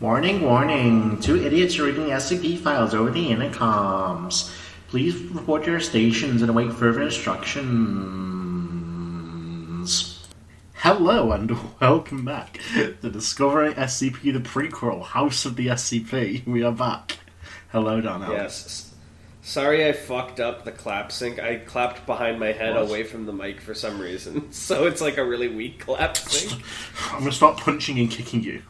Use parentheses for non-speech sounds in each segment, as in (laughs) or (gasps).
Warning, warning. Two idiots are reading SCP files over the intercoms. Please report your stations and await further instructions. Hello and (laughs) welcome back to Discovering SCP the prequel, House of the SCP. We are back. Hello, Donnell. Yes. S- Sorry I fucked up the clap sync. I clapped behind my head What? away from the mic for some reason. (laughs) So it's like a really weak (laughs) clap sync. I'm going to start punching and kicking you.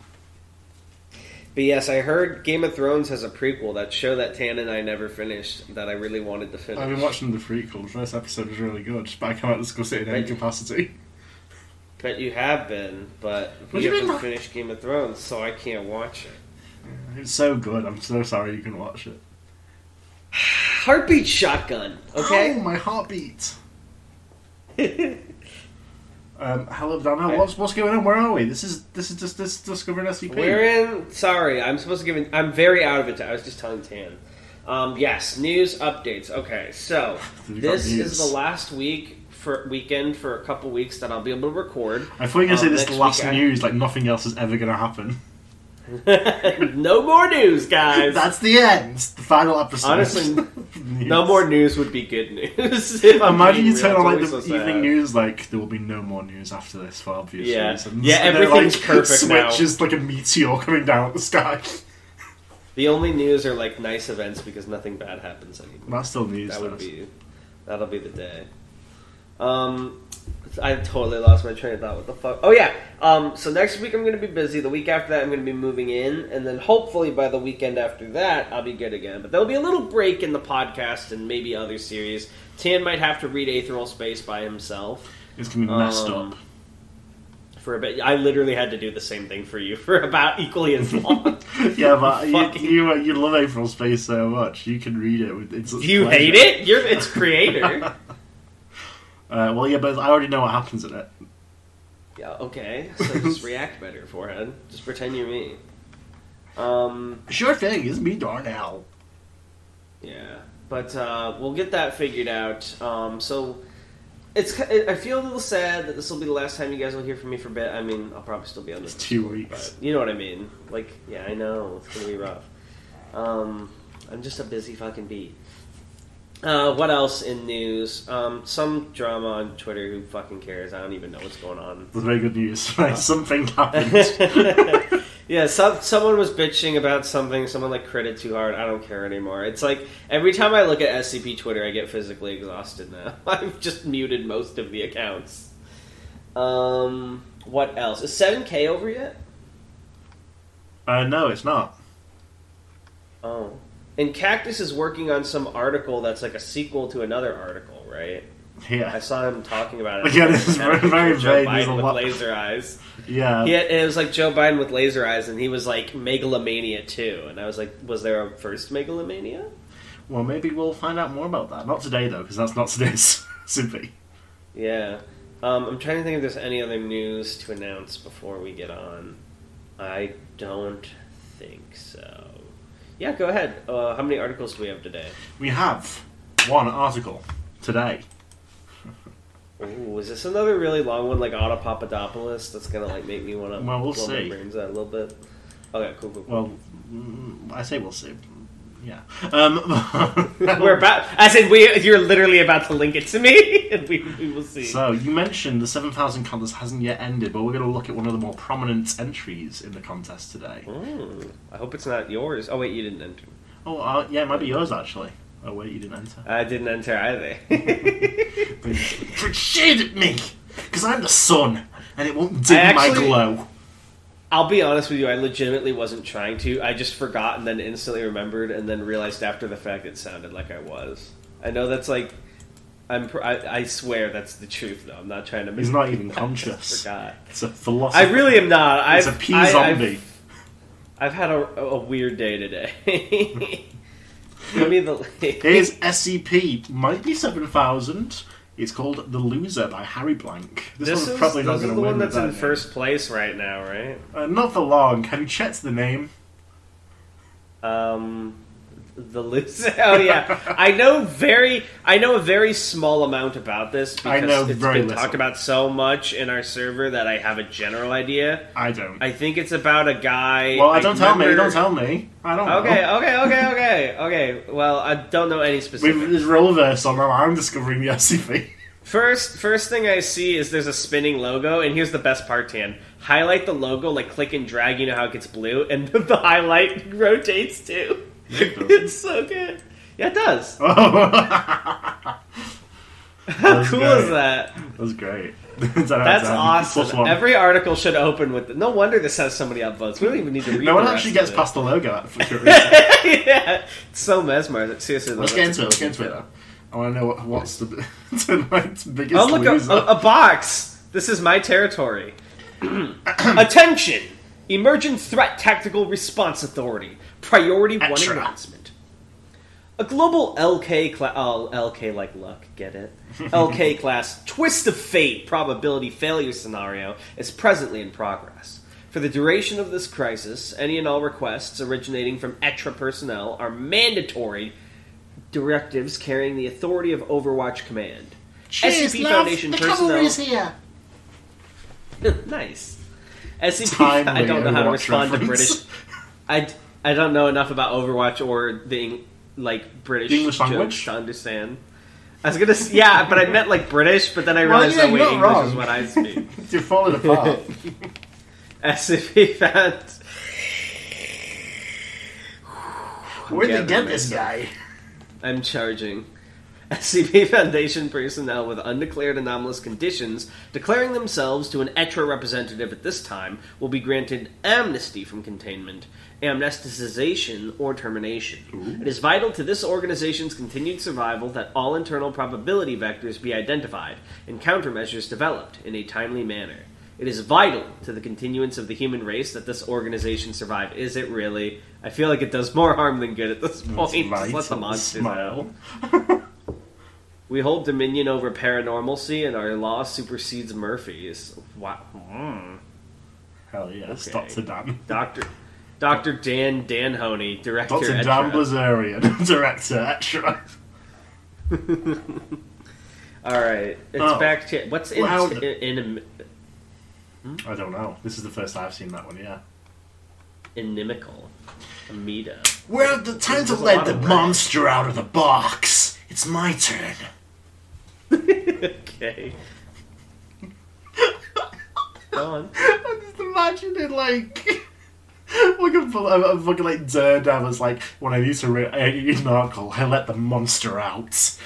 But yes, I heard Game of Thrones has a prequel, that show that Tan and I never finished, that I really wanted to finish. I've been watching the prequel. The first episode was really good, but I can't discuss it in any Right. capacity. But you have been, but What you do you haven't mean by- finished Game of Thrones, so I can't watch it. It's so good. I'm so sorry you can watch it. Heartbeat Shotgun, Oh, okay? my heartbeat. (laughs) Um, hello, Donna. What's what's going on? Where are we? This is this is just this discovering SCP. We're in. Sorry, I'm supposed to give. An, I'm very out of it. I was just telling Tan. Um, yes, news updates. Okay, so You got this news. is the last week for weekend for a couple weeks that I'll be able to (laughs) record. I thought you were going to say Um, this is the next last week I- news, like nothing else is ever going to happen. no more news, (laughs) guys. That's the end. The final episode. (laughs) Honestly, News. no more news would be good news. (laughs) if (laughs) I'm Imagine being you turn real, on like it's the always so sad. evening news, like there will be no more news after this for obvious Yeah. reasons. Yeah, And then, everything's like, (laughs) perfect now. Switches like a meteor coming down at the sky. (laughs) The only news are like nice events because nothing bad happens anymore. That's still news. That though. would be that'll be the day. Um I totally lost my train of thought. What the fuck? Oh yeah. Um so next week I'm gonna be busy. The week after that I'm gonna be moving in, and then hopefully by the weekend after that I'll be good again. But there'll be a little break in the podcast and maybe other series. Tan might have to read Aetheral Space by himself It's gonna be messed Um, up. (laughs) for a bit. I literally had to do the same thing for you (laughs) for about equally as long. Yeah, (laughs) but Fucking- you, uh, you you love April Space so much. You can read it. With, it's Do you hate it? You're (laughs) its creator. Uh, well, yeah, but I already know what happens in it. Yeah, okay. So just react better, forehead. Just pretend you're me. Um, Sure thing, it's me, Darnell. yeah. But uh, we'll get that figured out. Um, so it's I feel a little sad that this will be the last time you guys will hear from me for a bit. I mean, I'll probably still be on this. It's two But weeks. you know what I mean. Like, yeah, I know. It's going to be rough. Um, I'm just a busy fucking bee. Uh, what else in news? Um, some drama on Twitter. Who fucking cares? I don't even know what's going on. That's very good news. (laughs) Like, Something happened. (laughs) yeah, some, someone was bitching about something. Someone like critted too hard. I don't care anymore. It's like every time I look at SCP Twitter, I get physically exhausted now. (laughs) I've just muted most of the accounts. Um, what else? Is seven K over yet? uh, no, it's not. Oh, and Cactus is working on some article that's like a sequel to another article, right? I Yeah, saw him talking about (laughs) it. Yeah, this is very, very Joe vague. There's Biden a with lot- laser eyes. yeah. Yeah, and it was like Joe Biden with laser eyes, and he was like megalomania too. And I was like, was there a first megalomania? Well, maybe we'll find out more about that. Not today though, because that's not today's (laughs) simply. Yeah. Um, I'm trying to think if there's any other news to announce before we get on. I don't think so. Yeah, go ahead. Uh, how many articles do we have today? We have one article today. Ooh, is this another really long one like Otto Papadopoulos that's gonna like make me want to Well, we'll blow see. my brains out a little bit? Okay, cool, cool. cool. Well, mm, I say we'll see. Yeah. Um, (laughs) (laughs) We're about. I said we. You're literally about to link it to me, (laughs) and we, we will see. So you mentioned the seven thousand contest hasn't yet ended, but we're going to look at one of the more prominent entries in the contest today. Mm, I hope it's not yours. Oh wait, you didn't enter. Oh, uh, yeah, it might be yours actually. Oh wait, you didn't enter. I didn't enter (laughs) either. But shade at me, because I'm the sun, and it won't dim my actually- glow. I'll be honest with you. I legitimately wasn't trying to. I just forgot and then instantly remembered, and then realized after the fact it sounded like I was. I know that's like. I'm. pr- I, I swear that's the truth. Though I'm not trying to. Make He's not even I just conscious. (laughs) Forgot. It's a philosophy. I really am not. It's I've, a pea I- I've- zombie. I've had a, a weird day today. (laughs) Give me the. Here's SCP. Might be seven thousand. It's called "The Loser" by Harry Blank. This, This one's is, probably not this is going to the win. one with that's that in name. first place right now, right? Uh, not for long. Have you checked the name? Um, the loose. (laughs) Oh yeah, I know very. I know a very small amount about this because I know it's very been little. talked about so much in our server that I have a general idea. I don't. I think it's about a guy. well, I don't tell me. remember- Don't tell me. I don't. Okay, Know. okay, okay, okay, okay. Well, I don't know any specific. We've, there's role reversal now. I'm discovering the (laughs) SCP. First, first thing I see is there's a spinning logo, and here's the best part, Tan. Highlight the logo, like click and drag. You know how it gets blue, and (laughs) the highlight rotates too. It doesn't. it's so good. Yeah, it does. Oh. How That's cool great. is that? that was great. (laughs) 10 out of 10. That's Plus awesome. one. Every article should open with. No wonder this has so many upvotes. We don't even need (laughs) to read. no one the actually gets rest past the logo. For sure. Let's of it. (laughs) yeah, it's so mesmerizing. Seriously, though, get that's- into it. Let's get into it. Now. I want to know what, what's the, (laughs) tonight's biggest Oh look, loser. a, a, a box. This is my territory. Attention! Emergent Threat Tactical Response Authority. Priority Extra. one announcement. A global LK class. Oh, LK like luck. Get it? (laughs) LK class twist of fate probability failure scenario is presently in progress. For the duration of this crisis, any and all requests originating from ETRA personnel are mandatory directives carrying the authority of Overwatch Command. Cheers, SCP love. Foundation the personnel- cavalry is here. (laughs) nice. SCP. Timely (laughs) I don't know how to Overwatch respond to reference. British. I, I don't know enough about Overwatch or the Eng- like British The English jokes language? to understand. I was gonna, s- yeah, but I meant like British, but then I Well, realized yeah, that way you're English not is wrong. what I speak. (laughs) (laughs) You're falling apart. SCP found. Where'd they Gathering get this guy? I'm charging. SCP (laughs) Foundation personnel with undeclared anomalous conditions declaring themselves to an ETRA representative at this time will be granted amnesty from containment, amnesticization, or termination. It is vital to this organization's continued survival that all internal probability vectors be identified and countermeasures developed in a timely manner. It is vital to the continuance of the human race that this organization survive. Is it really? I feel like it does more harm than good at this That's point. Just right. let the monsters out. Smile. We hold dominion over paranormalcy, and our law supersedes Murphy's. Wow. Mm. Hell yes, Okay. Dr. Dan. Doctor, Doctor Dan Danhoney, director. Dr. et Dan cetera. Blazarian, (laughs) director, extra. All right, it's Oh. back to what's in, Wow. in, in, I don't know. This is the first I've seen that one, yeah. inimical, amida. (laughs) Well, the time to There's a let lot the of red. monster out of the box. It's my turn. (laughs) okay. Go on. (laughs) I just imagine it like. (laughs) Like a, full- a, a fucking like Daredevil's like when I need to re- I eat an alcohol, I let the monster out.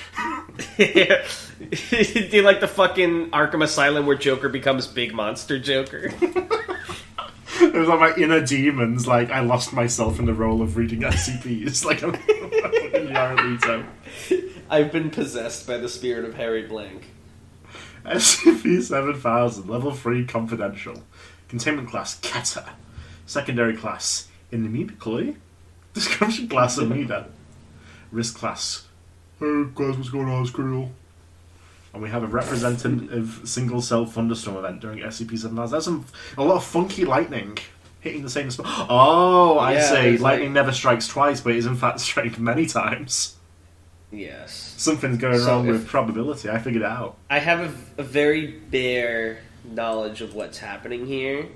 Do you like the fucking Arkham Asylum where Joker becomes Big Monster Joker? It was like my inner demons. Like I lost myself in the role of reading SCPs. Like I'm (laughs) fucking Yarlito. (laughs) I've been possessed by the spirit of Harry Blank. SCP 7000, level 3 confidential. Containment class, Keta. Secondary class, Inimically. Description class, Amida. Risk class, Hey guys, what's going on? It's Krill. And we have a representative single cell thunderstorm event during SCP 7000. That's some, a lot of funky lightning hitting the same spot. Oh, I Yeah, see. there's Lightning like- never strikes twice, but is in fact (laughs) struck many times. Yes. Something's going So wrong if- with probability. I figured it out. I have a v- a, very bare knowledge of what's happening here.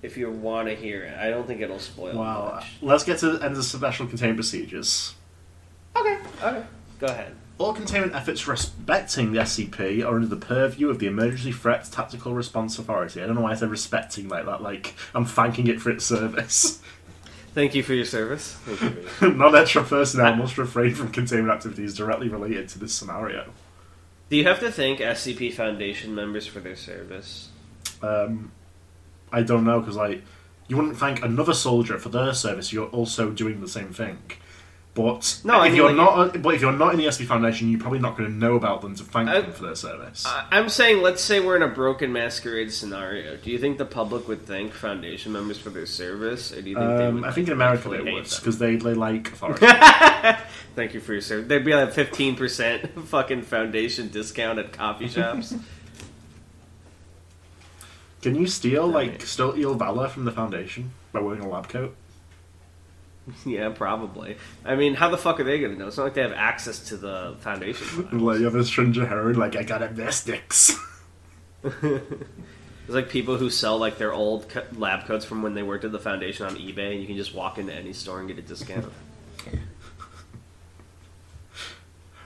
If you want to hear it, I don't think it'll spoil Wow. much. Let's get to the end of special containment procedures. Okay, okay, go ahead. All containment efforts respecting the SCP are under the purview of the Emergency Threat Tactical Response Authority. I don't know why I said respecting like that, like I'm thanking it for its service. (laughs) Thank you for your service. Thank you for your- Non extra personnel must refrain from containment activities directly related to this scenario. Do you have to thank SCP Foundation members for their service? Um, I don't know, because like, you wouldn't thank another soldier for their service, you're also doing the same thing. But No, I if mean, you're like- not, uh, but if you're not in the SCP Foundation, you're probably not going to know about them to thank I- them for their service. I, I'm saying, let's say we're in a broken masquerade scenario. Do you think the public would thank Foundation members for their service, or do you think they Um, would? I like, think in America rightfully they hate would them? because they they like authority. (laughs) Thank you for your service. There'd be like fifteen percent (laughs) fucking foundation discount at coffee shops. Can you steal like Right. steal eel valor from the foundation by wearing a lab coat? (laughs) yeah, probably. I mean, how the fuck are they going to know? It's not like they have access to the Foundation. files. (laughs) Like you have a stranger heroin, like I got amnestics. (laughs) It's like people who sell like their old co- lab coats from when they worked at the Foundation on eBay, and you can just walk into any store and get a discount. (laughs)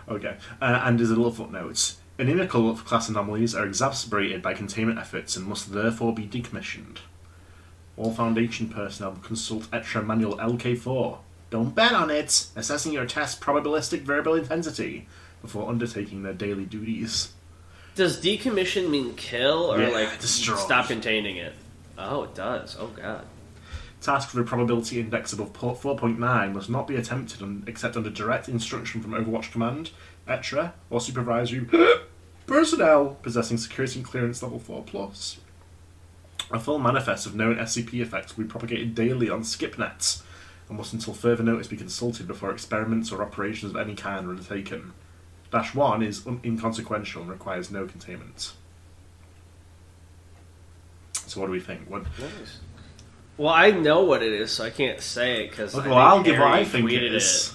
Okay, uh, and there's a little footnote. Inimical class anomalies are exacerbated by containment efforts and must therefore be decommissioned. All Foundation personnel consult extra manual LK4. Don't bet on it! Assessing your test probabilistic variable intensity before undertaking their daily duties. Does decommission mean kill or Yeah, like destroy. stop containing it? Oh, it does. Oh god. Task with a probability index above po- 4.9 must not be attempted un- except under direct instruction from Overwatch Command, ETRA, or supervisory (gasps) personnel possessing security clearance level 4. plus. A full manifest of known SCP effects will be propagated daily on SkipNet and must until further notice be consulted before experiments or operations of any kind are undertaken. Dash 1 is un- inconsequential and requires no containment. So, what do we think? What, Nice. Well, I know what it is, so I can't say it because. Okay, well, I'll give what I think it is.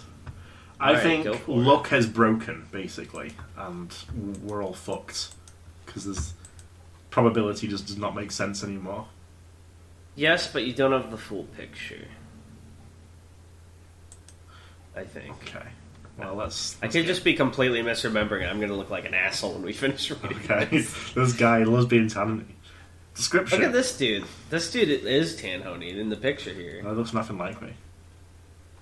I Alright, think go for it. luck has broken, basically, and we're all fucked because this probability just does not make sense anymore. Yes, but you don't have the full picture. I think. Okay. Well, let's. I could just be completely misremembering it. I'm going to look like an asshole when we (laughs) finish reading. (laughs) Okay. (laughs) this guy loves being tan. Description. Look at this dude. This dude is Tanhoney in the picture here. That looks nothing like me.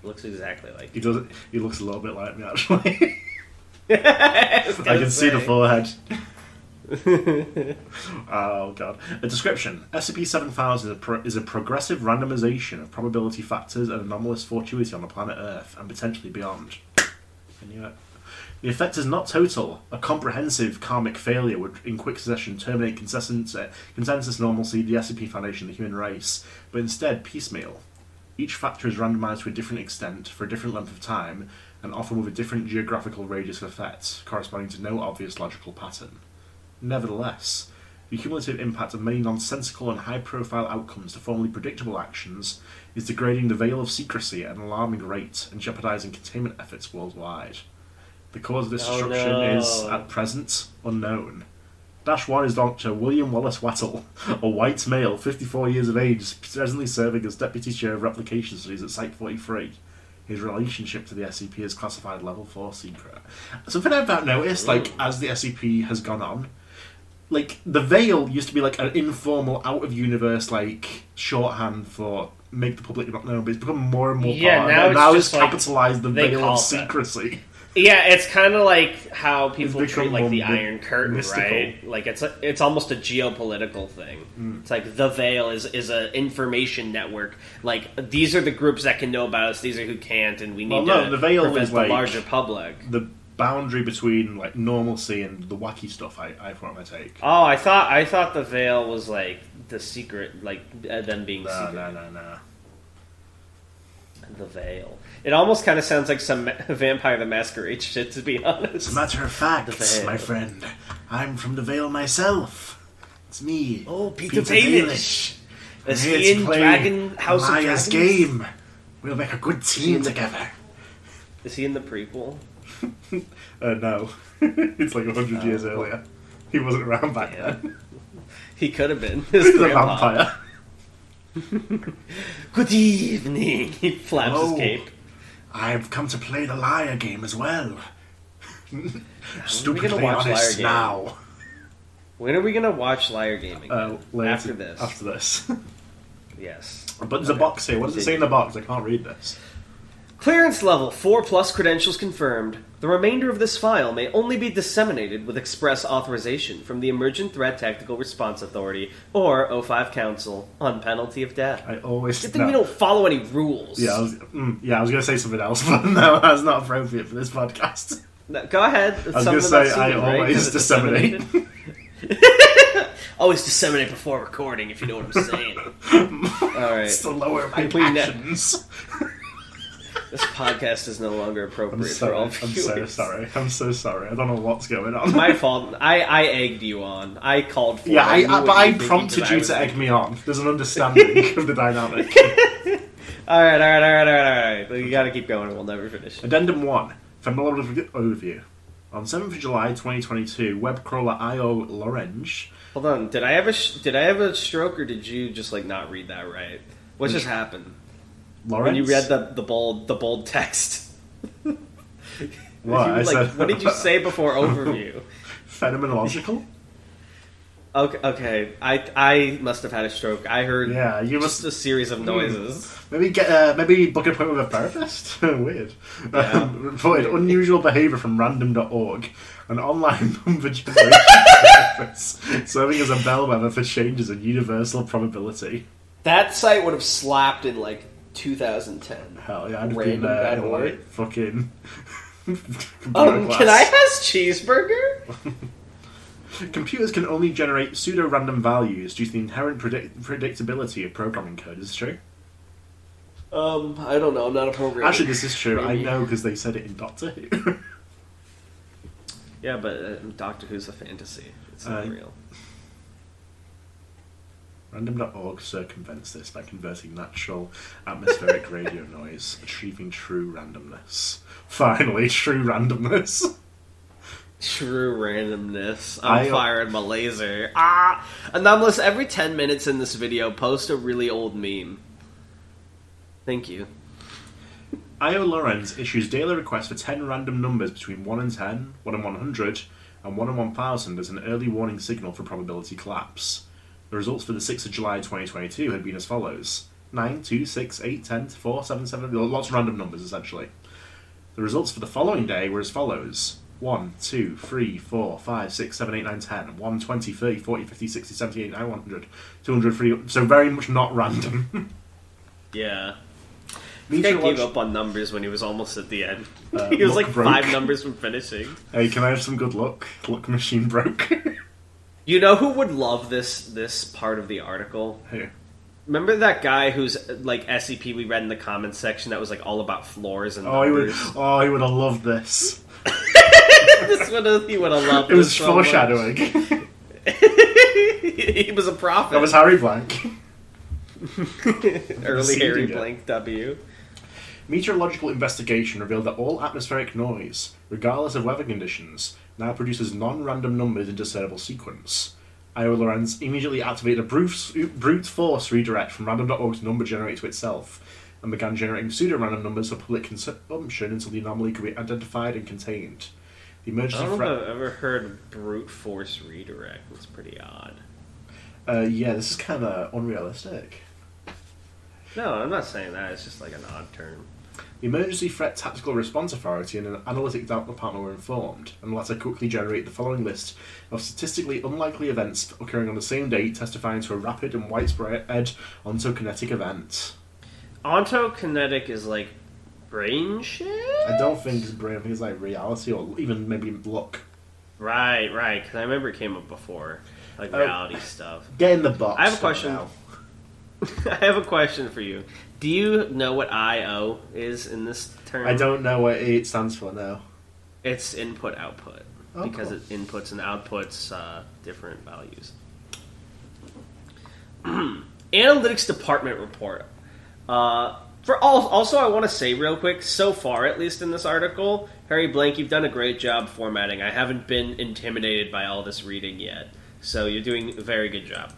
Looks exactly (laughs) like He does. He looks a little bit like me, actually. (laughs) you. I can see the forehead. full. Oh god. A description. SCP-7000 is a, pro- is a progressive randomization of probability factors and anomalous fortuity on the planet Earth and potentially beyond. I knew it. The effect is not total. A comprehensive karmic failure would, in quick succession, terminate consensus, uh, consensus normalcy, the SCP Foundation, the human race, but instead piecemeal. Each factor is randomized to a different extent, for a different length of time, and often with a different geographical radius of effect, corresponding to no obvious logical pattern. Nevertheless, the cumulative impact of many nonsensical and high profile outcomes to formerly predictable actions is degrading the veil of secrecy at an alarming rate and jeopardizing containment efforts worldwide. The cause of this Oh, destruction is, no. at present, unknown. Dash 1 is Dr. William Wallace Wattle, a white male, 54 years of age, presently serving as Deputy Chair of Replication Studies at Site 43. His relationship to the SCP is classified level 4 secret. Something I've not noticed, like, as the SCP has gone on, like, the veil used to be, like, an informal, out of universe, like, shorthand for make the public not know, but it's become more and more Yeah, part of it. now now it's just, like, capitalized the they veil call of it that. secrecy. (laughs) (laughs) yeah, it's kind of like how people It's become treat like the more mi- Iron Curtain, mystical. right? Like it's a, it's almost a geopolitical thing. Mm. It's like the Veil is is an information network. Like these are the groups that can know about us. These are who can't, and we need Well, no, to the Veil prevent is the like- larger public. The boundary between, like, normalcy and the wacky stuff I, I thought I take. Oh, I thought I thought the veil was like the secret, like uh, them being No, secret. no, no, no. The veil. It almost kind of sounds like some ma- (laughs) Vampire the Masquerade shit, to be honest. As a matter of fact, The Vale. my friend, I'm from the Vale myself. It's me. Oh, Peter Baelish. Is he in Dragon House of Maya's Dragons? Hmm. game. We'll make a good team together. Is he in the prequel? Uh, no, (laughs) it's like hundred years earlier. He wasn't around back Oh. Yeah. then. He could have been. He's His a grandpa. vampire. Good evening. (laughs) He flaps Hello. his cape. I've come to play the liar game as well. gonna Stupidly watch Liar honest Game? now. When are we gonna watch Liar Gaming? Uh, later, after this, After this. (laughs) yes. but there's a box here. What does it say in the box? I can't read this. Clearance level 4 plus credentials confirmed. The remainder of this file may only be disseminated with express authorization from the Emergent Threat Tactical Response Authority or O5 Council on penalty of death. I always Good thing no. we don't follow any rules. Yeah, I was, mm, yeah, I was going to say something else, (laughs) but no, that's not appropriate for this podcast. No, Go ahead. I was going to say I (laughs) always disseminate. always disseminate before recording, if you know what I'm saying. (laughs) Alright. it's the lower my We ne- (laughs) passions. This podcast is no longer appropriate I'm for sorry. all I'm viewers. (laughs) so sorry. I'm so sorry. I don't know what's going on. My fault. I, I egged you on. I called for yeah, I, it. knew I, what but I were thinking, prompted but I you was (laughs) to egg me on. There's an understanding of the dynamic. All right, all right, all right, all right, all right. You gotta keep going, we'll never finish. Addendum 1 Familiar Overview. On 7th of July 2022, web crawler IO Lorange. Hold on, did I have a sh- did I have a stroke or did you just like not read that right? What just happened Lawrence? when you read the the bold the bold text? (laughs) Did you, What? I like, said- what (laughs) did you say before overview? (laughs) Phenomenological? Okay, okay, I I must have had a stroke. I heard yeah, you just must. a series of noises. Maybe get uh, maybe book an appointment with a therapist? (laughs) Weird. Yeah. Um, (laughs) reported unusual behaviour from random.org, an online (laughs) number generation (laughs) service serving as a bellwether for changes in universal probability. That site would have slapped in like 2010. Hell yeah, I'd have Random been uh, guy in, to like, work. fucking. (laughs) computer Um, class. can I have cheeseburger? Computers can only generate pseudo random values due to the inherent predict- predictability of programming code. Is this true? Um, I don't know. I'm not a programmer. Actually, this is true. I Maybe. know because they said it in Doctor Who. (laughs) Yeah, but uh, Doctor Who's a fantasy. It's not Uh, real. Random.org circumvents this by converting natural atmospheric radio (laughs) noise, achieving true randomness. Finally, true randomness. True randomness. I'm I- uh, firing my laser. Ah! Anomalous, every 10 minutes in this video, post a really old meme. Thank you. Io Lorenz issues daily requests for 10 random numbers between 1 and 10, 1 and 100, and 1 and 1000 as an early warning signal for probability collapse. The results for the 6th of July 2022 had been as follows 9, 2, 6, 8, 10, 4, 7, 7, lots of random numbers essentially. The results for the following day were as follows 1, 2, 3, 4, 5, 6, 7, 8, 9, 10, 1, 20, 30, 40, 50, 60, 70, 80, 90, 100, 200, 300. So very much not random. (laughs) Yeah. I think I gave up on numbers when he was almost at the end. (laughs) he luck was like Uh, broke. five numbers from finishing. Hey, can I have some good luck? Luck machine (laughs) broke. You know who would love this this part of the article? Here. Remember that guy who's like SCP we read in the comments section that was like all about floors and Oh, he would. numbers? (laughs) Oh, he would have loved this. this would have, he (laughs) would have loved It was this so much. foreshadowing. (laughs) he was a prophet. that was (laughs) Harry Blank. Early Seemed Harry it. Blank W. Meteorological investigation revealed that all atmospheric noise, regardless of weather conditions, now produces non-random numbers in discernible sequence. Io Lorenz immediately activated a brute, brute force redirect from random.org's number generator to itself, and began generating pseudo-random numbers for public consumption until the anomaly could be identified and contained. The I emergency don't know threat- if I've ever heard brute force redirect. It's pretty odd. Uh, yeah, this is kind of uh, unrealistic. No, I'm not saying that. It's just like an odd term. The Emergency Threat Tactical Response Authority and an analytic doubt department were informed, and the latter quickly generated the following list of statistically unlikely events occurring on the same day, testifying to a rapid and widespread ontokinetic event. Ontokinetic is like brain shit. I don't think it's brain, I think it's like reality or even maybe luck. Right, right. Because I remember it came up before, like Oh. reality stuff. Get in the box. I have a question. (laughs) I have a question for you. Do you know what IO is in this term? I don't know what it stands for now. It's input output Oh, because cool. it inputs and outputs uh, different values. (clears throat) Analytics department report. Uh, for all, also, I want to say real quick. So far, at least in this article, Harry Blank, you've done a great job formatting. I haven't been intimidated by all this reading yet, so you're doing a very good job.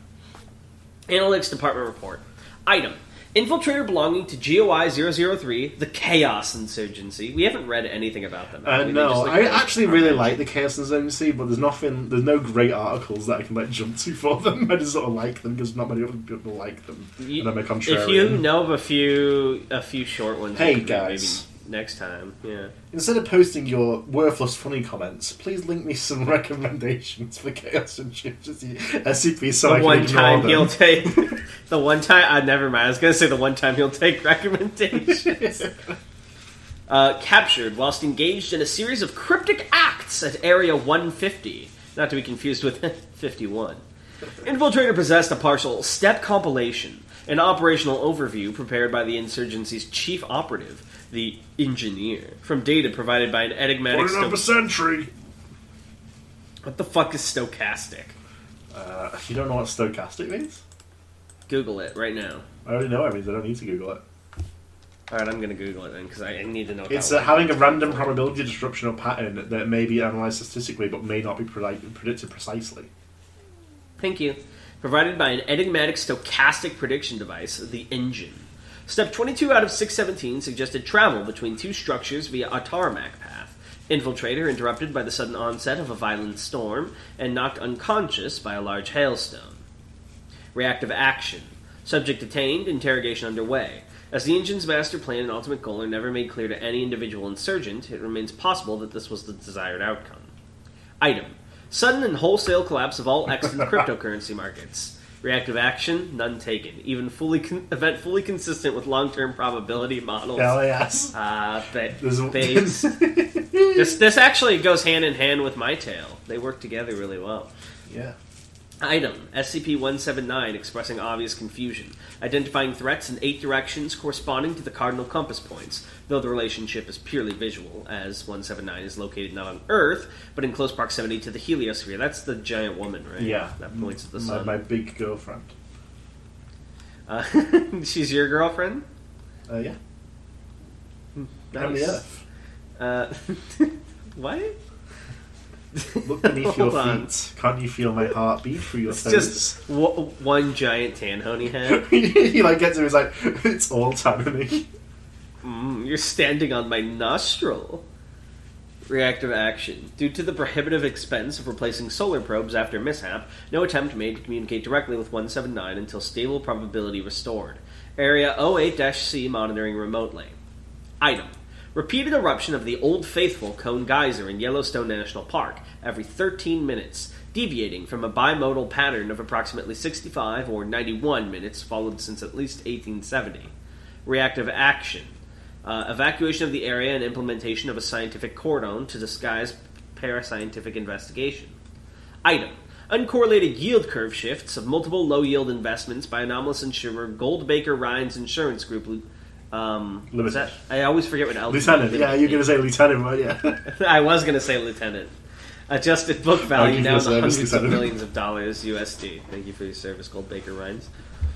Analytics Department report. Item. Infiltrator belonging to GOI 003, the Chaos Insurgency. We haven't read anything about them. Uh, have we? They no, just, like, I wrote actually from really it. like the Chaos Insurgency, but there's nothing, there's no great articles that I can like jump to (laughs) for them. I just sort of like them because not many other people like them, You- and I'm a contrarian. If you know of a few a few short ones, we Hey, could read guys. maybe next time, yeah. Instead of posting your worthless funny comments, please link me some (laughs) recommendations for Chaos Insurgency SCP so I The can one ignore time them. (laughs) he'll take (laughs) the one time. I never mind. I was gonna say the one time he'll take (laughs) recommendations. uh, captured whilst engaged in a series of cryptic acts at Area 150, not to be confused with (laughs) 51. Infiltrator possessed a partial step compilation, an operational overview prepared by the insurgency's chief operative, the engineer, from data provided by an enigmatic. Put it up Sto- a century. what the fuck is stochastic? Uh, you don't know what stochastic means? Google it right now. I already know what it means. I don't need to Google it. All right, I'm gonna Google it then because I I need to know. what It's that uh, was. having a random probability disruption or pattern that may be analysed statistically but may not be predi- predicted precisely. Thank you. Provided by an enigmatic stochastic prediction device, the engine. Step 22 out of 617 suggested travel between two structures via a tarmac path. Infiltrator interrupted by the sudden onset of a violent storm and knocked unconscious by a large hailstone. Reactive action. Subject detained, interrogation underway. As the engine's master plan and ultimate goal are never made clear to any individual insurgent, it remains possible that this was the desired outcome. Item Sudden and wholesale collapse of all extant cryptocurrency markets. Reactive action, none taken. Even fully con- event fully consistent with long term probability models. Hell yes. Uh, ba- (laughs) There's a- based. this, this actually goes hand in hand with my tale. They work together really well. (laughs) yeah. Item SCP 179 expressing obvious confusion, identifying threats in eight directions corresponding to the cardinal compass points, though the relationship is purely visual, as 179 is located not on Earth, but in close proximity to the heliosphere. That's the giant woman, right? Yeah. That points at the my, sun. my big girlfriend. Uh, (laughs) she's your girlfriend? Uh, yeah. Down the earth. Uh, (laughs) what? Look (laughs) beneath your Hold on. feet. Can't you feel my heart beat through your It's toes? just w- one giant tan honey head. (laughs) he like gets him. He's like, (laughs) it's all (laughs) tanning. Mm, you're standing on my nostril. Reactive action. Due to the prohibitive expense of replacing solar probes after mishap, no attempt made to communicate directly with 179 until stable probability restored. Area 08 C monitoring remotely. Item. Repeated eruption of the Old Faithful Cone Geyser in Yellowstone National Park every 13 minutes, deviating from a bimodal pattern of approximately 65 or 91 minutes followed since at least 1870. Reactive action. Uh, evacuation of the area and implementation of a scientific cordon to disguise parascientific investigation. Item. Uncorrelated yield curve shifts of multiple low yield investments by anomalous insurer Goldbaker Rhines Insurance Group. Um, Limited. is that- I always forget what LTD Lieutenant. Yeah, you're going to means. say lieutenant, weren't you? (laughs) I was gonna say lieutenant. Adjusted book Thank value you for down your to service, hundreds of lieutenant. millions of dollars USD. Thank you for your service, Goldbaker Rhines.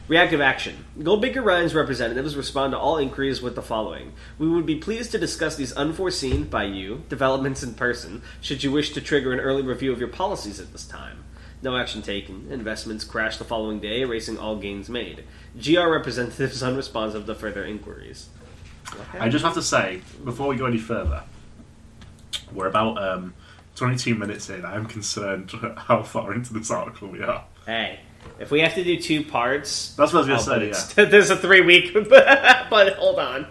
Reactive action. Goldbaker Rhines representatives respond to all inquiries with the following. We would be pleased to discuss these unforeseen by you developments in person, should you wish to trigger an early review of your policies at this time. No action taken. Investments crash the following day, erasing all gains made. GR representatives (laughs) unresponsive to further inquiries. (laughs) I just have to say, before we go any further, we're about um, 22 minutes in. I'm concerned (laughs) how far into this article we are. Hey, if we have to do two parts, That's what I Oh, was but going to it's- say, (laughs) there's a three week, but hold on.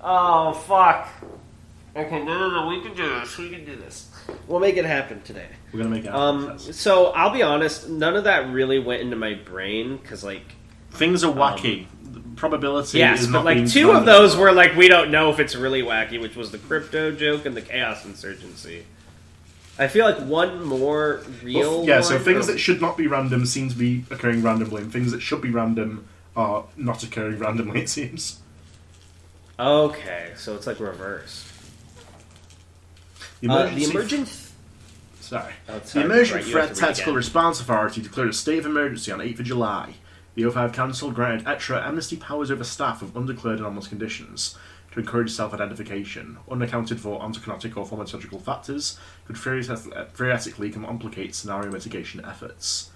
Oh fuck. Okay, no, no, no. We can do this. We can do this. We'll make it happen today. yeah. We're going to make it Um, happen. so I'll be honest. None of that really went into my brain because, like, Things are wacky. The Probability um, yes, is but not like being two of determined. those were like we don't know if it's really wacky, which was the crypto joke and the chaos insurgency. I feel like one more real. Well, yeah, so one- things that should not be random seem to be occurring randomly, and things that should be random are not occurring (laughs) randomly, it seems. Okay, so it's like reverse. The Uh, the emergency- emergent Sorry. Oh, The sorry. Emergent Right, you have Threat to read Tactical again. Response Authority declared a state of emergency on 8th of July. The O5 Council granted extra amnesty powers over staff of undeclared anomalous conditions to encourage self-identification. Unaccounted for ontogenotic or pharmacological factors could theoret- theoretically complicate scenario mitigation efforts.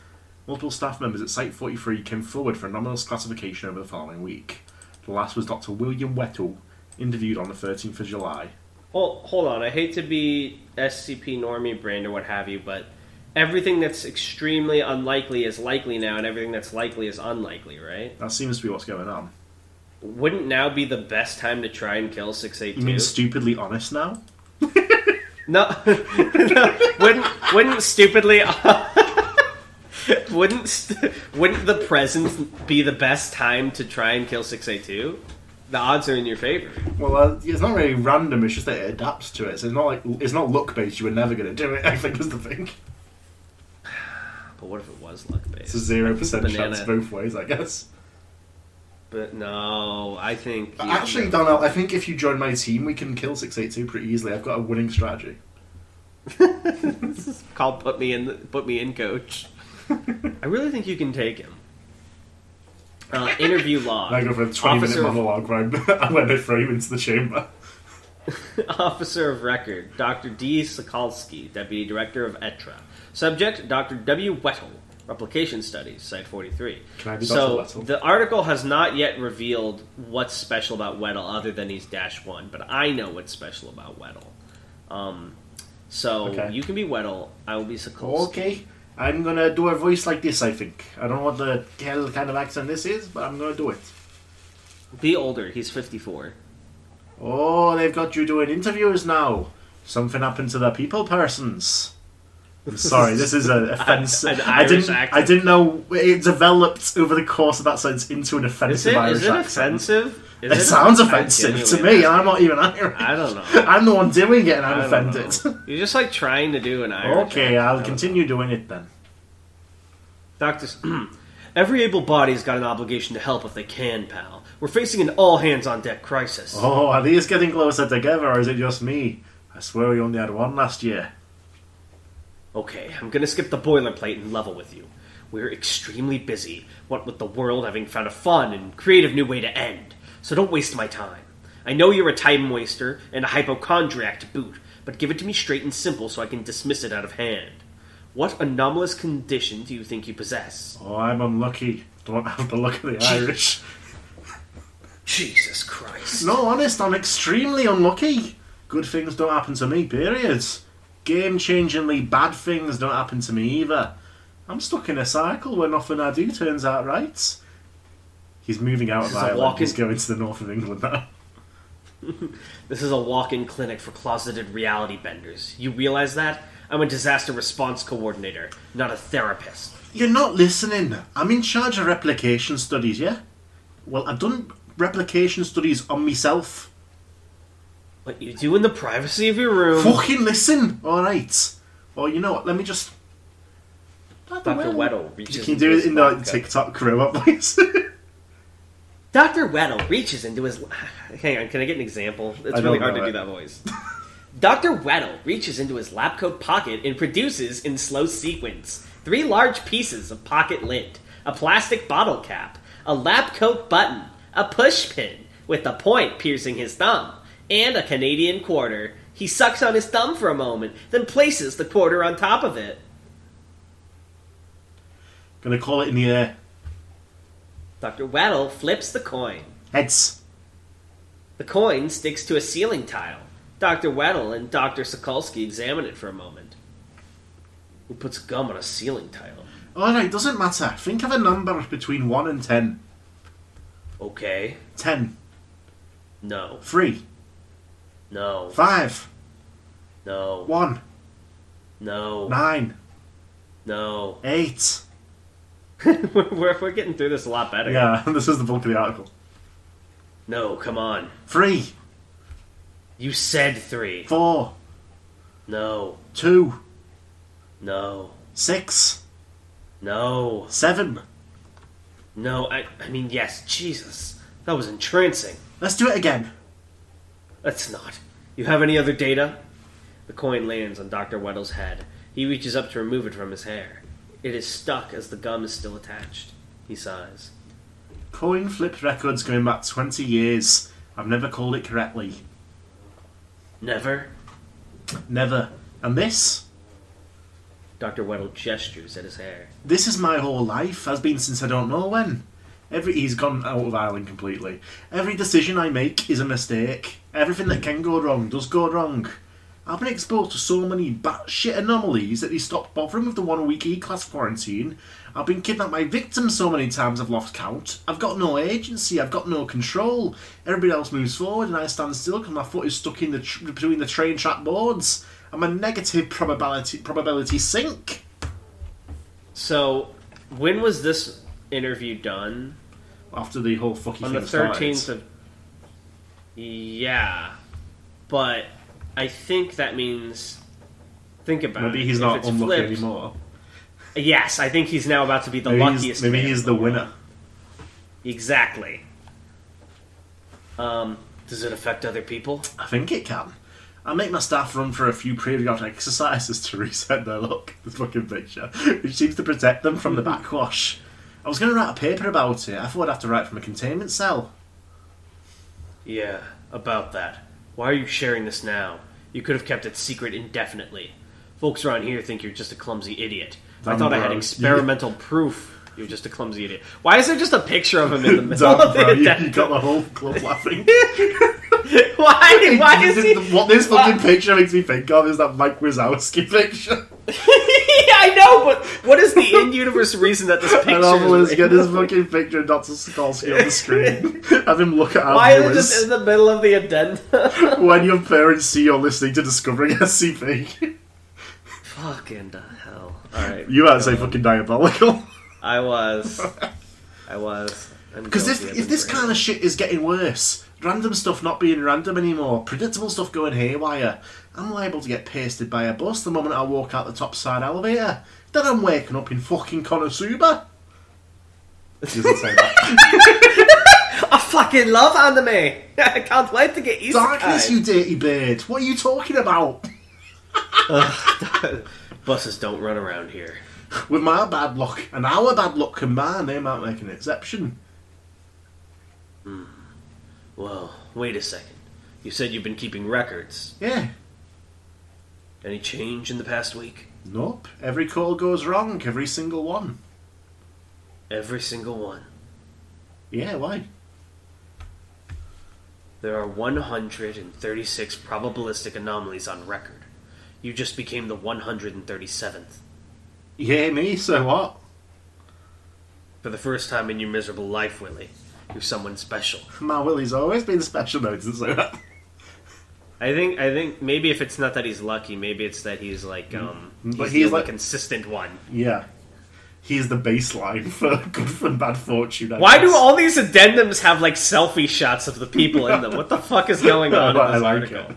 Multiple staff members at Site 43 came forward for anomalous classification over the following week. The last was Dr. William Wettle, interviewed on the 13th of July. Hold, hold on. I hate to be SCP normie brand or what have you, but everything that's extremely unlikely is likely now, and everything that's likely is unlikely, right? That seems to be what's going on. Wouldn't now be the best time to try and kill six eight You mean two? stupidly honest now? No, (laughs) no. Wouldn't wouldn't stupidly. (laughs) wouldn't st- wouldn't the present be the best time to try and kill six eight two? The odds are in your favor. Well, uh, it's not really random. It's just that it adapts to it. So it's not like it's not luck based. You were never going to do it. (laughs) I think is the thing. But what if it was luck It's a based? zero percent Banana. chance both ways, I guess. But no, I think But actually, Donnell, I think if you join my team, we can kill six eight two pretty easily. I've got a winning strategy. Call (laughs) put me in put me in coach. I really think you can take him. Uh, (laughs) interview And I log. go for a 20 Officer- minute monologue where (laughs) I, I let it frame into the chamber. Officer of Record, Dr. D. Sokolsky, Deputy Director of E ETRA. Subject, Dr. W. Wettel, Replication Studies, Site 43. Can I be so, Dr. Wetzel? the article has not yet revealed what's special about Wettel other than he's Dash 1, but I know what's special about Wettel. Um, so, Okay. you can be Wettel, I will be Sokolsky. Okay, I'm gonna do a voice like this, I think. I don't know what the hell kind of accent this is, but I'm gonna do it. Be older, he's 54. Oh, they've got you doing interviews now. Something happened to the people (laughs) persons. I'm sorry, this is an offense. An- an I Irish didn't. accent. I didn't know it developed over the course of that sentence into an Is offensive it, Irish is it accent. offensive? Is It sounds I offensive to genuinely- me, and I'm not even Irish. I don't know. I'm the one doing it, and I'm I don't offended. (laughs) know. You're just like trying to do an Irish okay, accent. I I'll don't continue doing it then. Doctor, (clears throat) every able body's got an obligation to help if they can, pal. We're facing an all hands on deck crisis. Oh, are these getting closer together, or is it just me? I swear we only had one last year. Okay, I'm gonna skip the boilerplate and level with you. We're extremely busy, what with the world having found a fun and creative new way to end, so don't waste my time. I know you're a time waster and a hypochondriac to boot, but give it to me straight and simple so I can dismiss it out of hand. What anomalous condition do you think you possess? Oh, I'm unlucky. Don't have the luck (laughs) of the Irish. Jesus Christ. No, honest, I'm extremely unlucky. Good things don't happen to me, period. Game changingly bad things don't happen to me either. I'm stuck in a cycle where nothing I do turns out right. He's moving out This of is a Ireland. walk-in- He's going to the north of England now. This is a walk in clinic for closeted reality benders. You realize that? I'm a disaster response coordinator, not a therapist. (laughs) You're not listening. I'm in charge of replication studies, yeah? Well, I've done replication studies on myself. What you do in the privacy of your room. Fucking listen, all right. Or you know what? Let me just. Dr. Weddle reaches You can do it in into his the vodka. TikTok crew up, (laughs) please. Dr. Weddle reaches into his. (laughs) Hang on, can I get an example? It's don't really hard know to do it. that voice. Dr. Weddle reaches into his lab coat pocket and produces, in slow sequence, three large pieces of pocket lint, a plastic bottle cap, a lab coat button, a push pin with the point piercing his thumb, and a Canadian quarter. He sucks on his thumb for a moment, then places the quarter on top of it. Gonna call it in the uh, air. Dr. Weddle flips the coin. Heads. The coin sticks to a ceiling tile. Dr. Weddle and Dr. Sokolsky examine it for a moment. Who puts gum on a ceiling tile? All right, doesn't matter. Think of a number between one and ten. Okay. Ten. No. Three. No. Five. No. One. No. Nine. No. (laughs) Eight. we're, we're we're getting through this a lot better. Yeah, (laughs) this is the bulk of the article. No, come on. Three. You said three. Four. No. Two. No. Six. No. Seven. No. I, I mean, yes, Jesus. That was entrancing. Let's do it again. That's not. You have any other data? The coin lands on Dr. Weddle's head. He reaches up to remove it from his hair. It is stuck as the gum is still attached. He sighs. Coin flip records going back 20 years. I've never called it correctly. Never? Never. And this? Dr. Weddle gestures at his hair. This is my whole life. Has been since I don't know when. Every he's gone out of Ireland completely. Every decision I make is a mistake. Everything that can go wrong does go wrong. I've been exposed to so many batshit anomalies that he stopped bothering with the one week E class quarantine. I've been kidnapped by victims so many times I've lost count. I've got no agency, I've got no control. Everybody else moves forward and I stand still because my foot is stuck in the tr- between the train track boards. I'm a negative probability probability sink. So, when was this interview done? after the whole fucking On thing the 13th started. of. Yeah. But I think that means. Think about it. Maybe he's If not it's unlucky flipped- anymore. Yes, I think he's now about to be the Maybe luckiest. he's, maybe man he's in the world. winner. Exactly. Um, does it affect other people? I think it can. I make my staff run for a few periodic (laughs) Hmm. exercises to reset their look. This fucking picture, which seems to protect them from the backwash. I was going to write a paper about it. I thought I'd have to write from a containment (laughs) cell. Yeah, about that. Why are you sharing this now? You could have kept it secret indefinitely. Folks around here think you're just a clumsy idiot. I Dumb thought I had bro. experimental proof. You're just a clumsy idiot. Why is there just a picture of him (laughs) in the middle Damn, of bro, it? you, you got the whole (laughs) club laughing. (laughs) (laughs) Why? Why is he? What this why- fucking picture makes me think of is that Mike Wazowski (laughs) picture. yeah, (laughs) I know, but what is the in-universe reason (laughs) that this picture? And I'm always is get (laughs) his fucking picture of Dr. Sikorsky on the (laughs) screen. Have him look at our Why is it viewers just in the middle of the (laughs) addenda? when your parents see you're listening to Discovering (laughs) SCP. Fucking hell! All right, You are so fucking diabolical. I was, I was. (laughs) Because if, if this kind of shit is getting worse, random stuff not being random anymore, predictable stuff going haywire, I'm liable to get pasted by a bus the moment I walk out the top side elevator. Then I'm waking up in fucking Konosuba. It doesn't (laughs) say that. I fucking love (laughs) anime. I can't wait to get Darkness, isekai. you dirty bird. What are you talking about? (laughs) buses don't run around here. With my bad luck and our bad luck combined, they might make an exception. Well, wait a second. You said you've been keeping records. Yeah. Any change in the past week? Nope. Every call goes wrong. Every single one. Every single one. Yeah, why? There are 136 probabilistic anomalies on record. You just became the 137th. Yeah, me, so what? For the first time in your miserable life, Willie, you're someone special. My Willie's always been special, though, didn't say (laughs) that. I think I think maybe if it's not that he's lucky, maybe it's that he's like um Mm, he's, but the he's only like- consistent one. Yeah. He is the baseline for (laughs) good and bad fortune. I Why guess. do all these addendums have like selfie shots of the people in them? What the fuck is (laughs) going on in I this like article? it.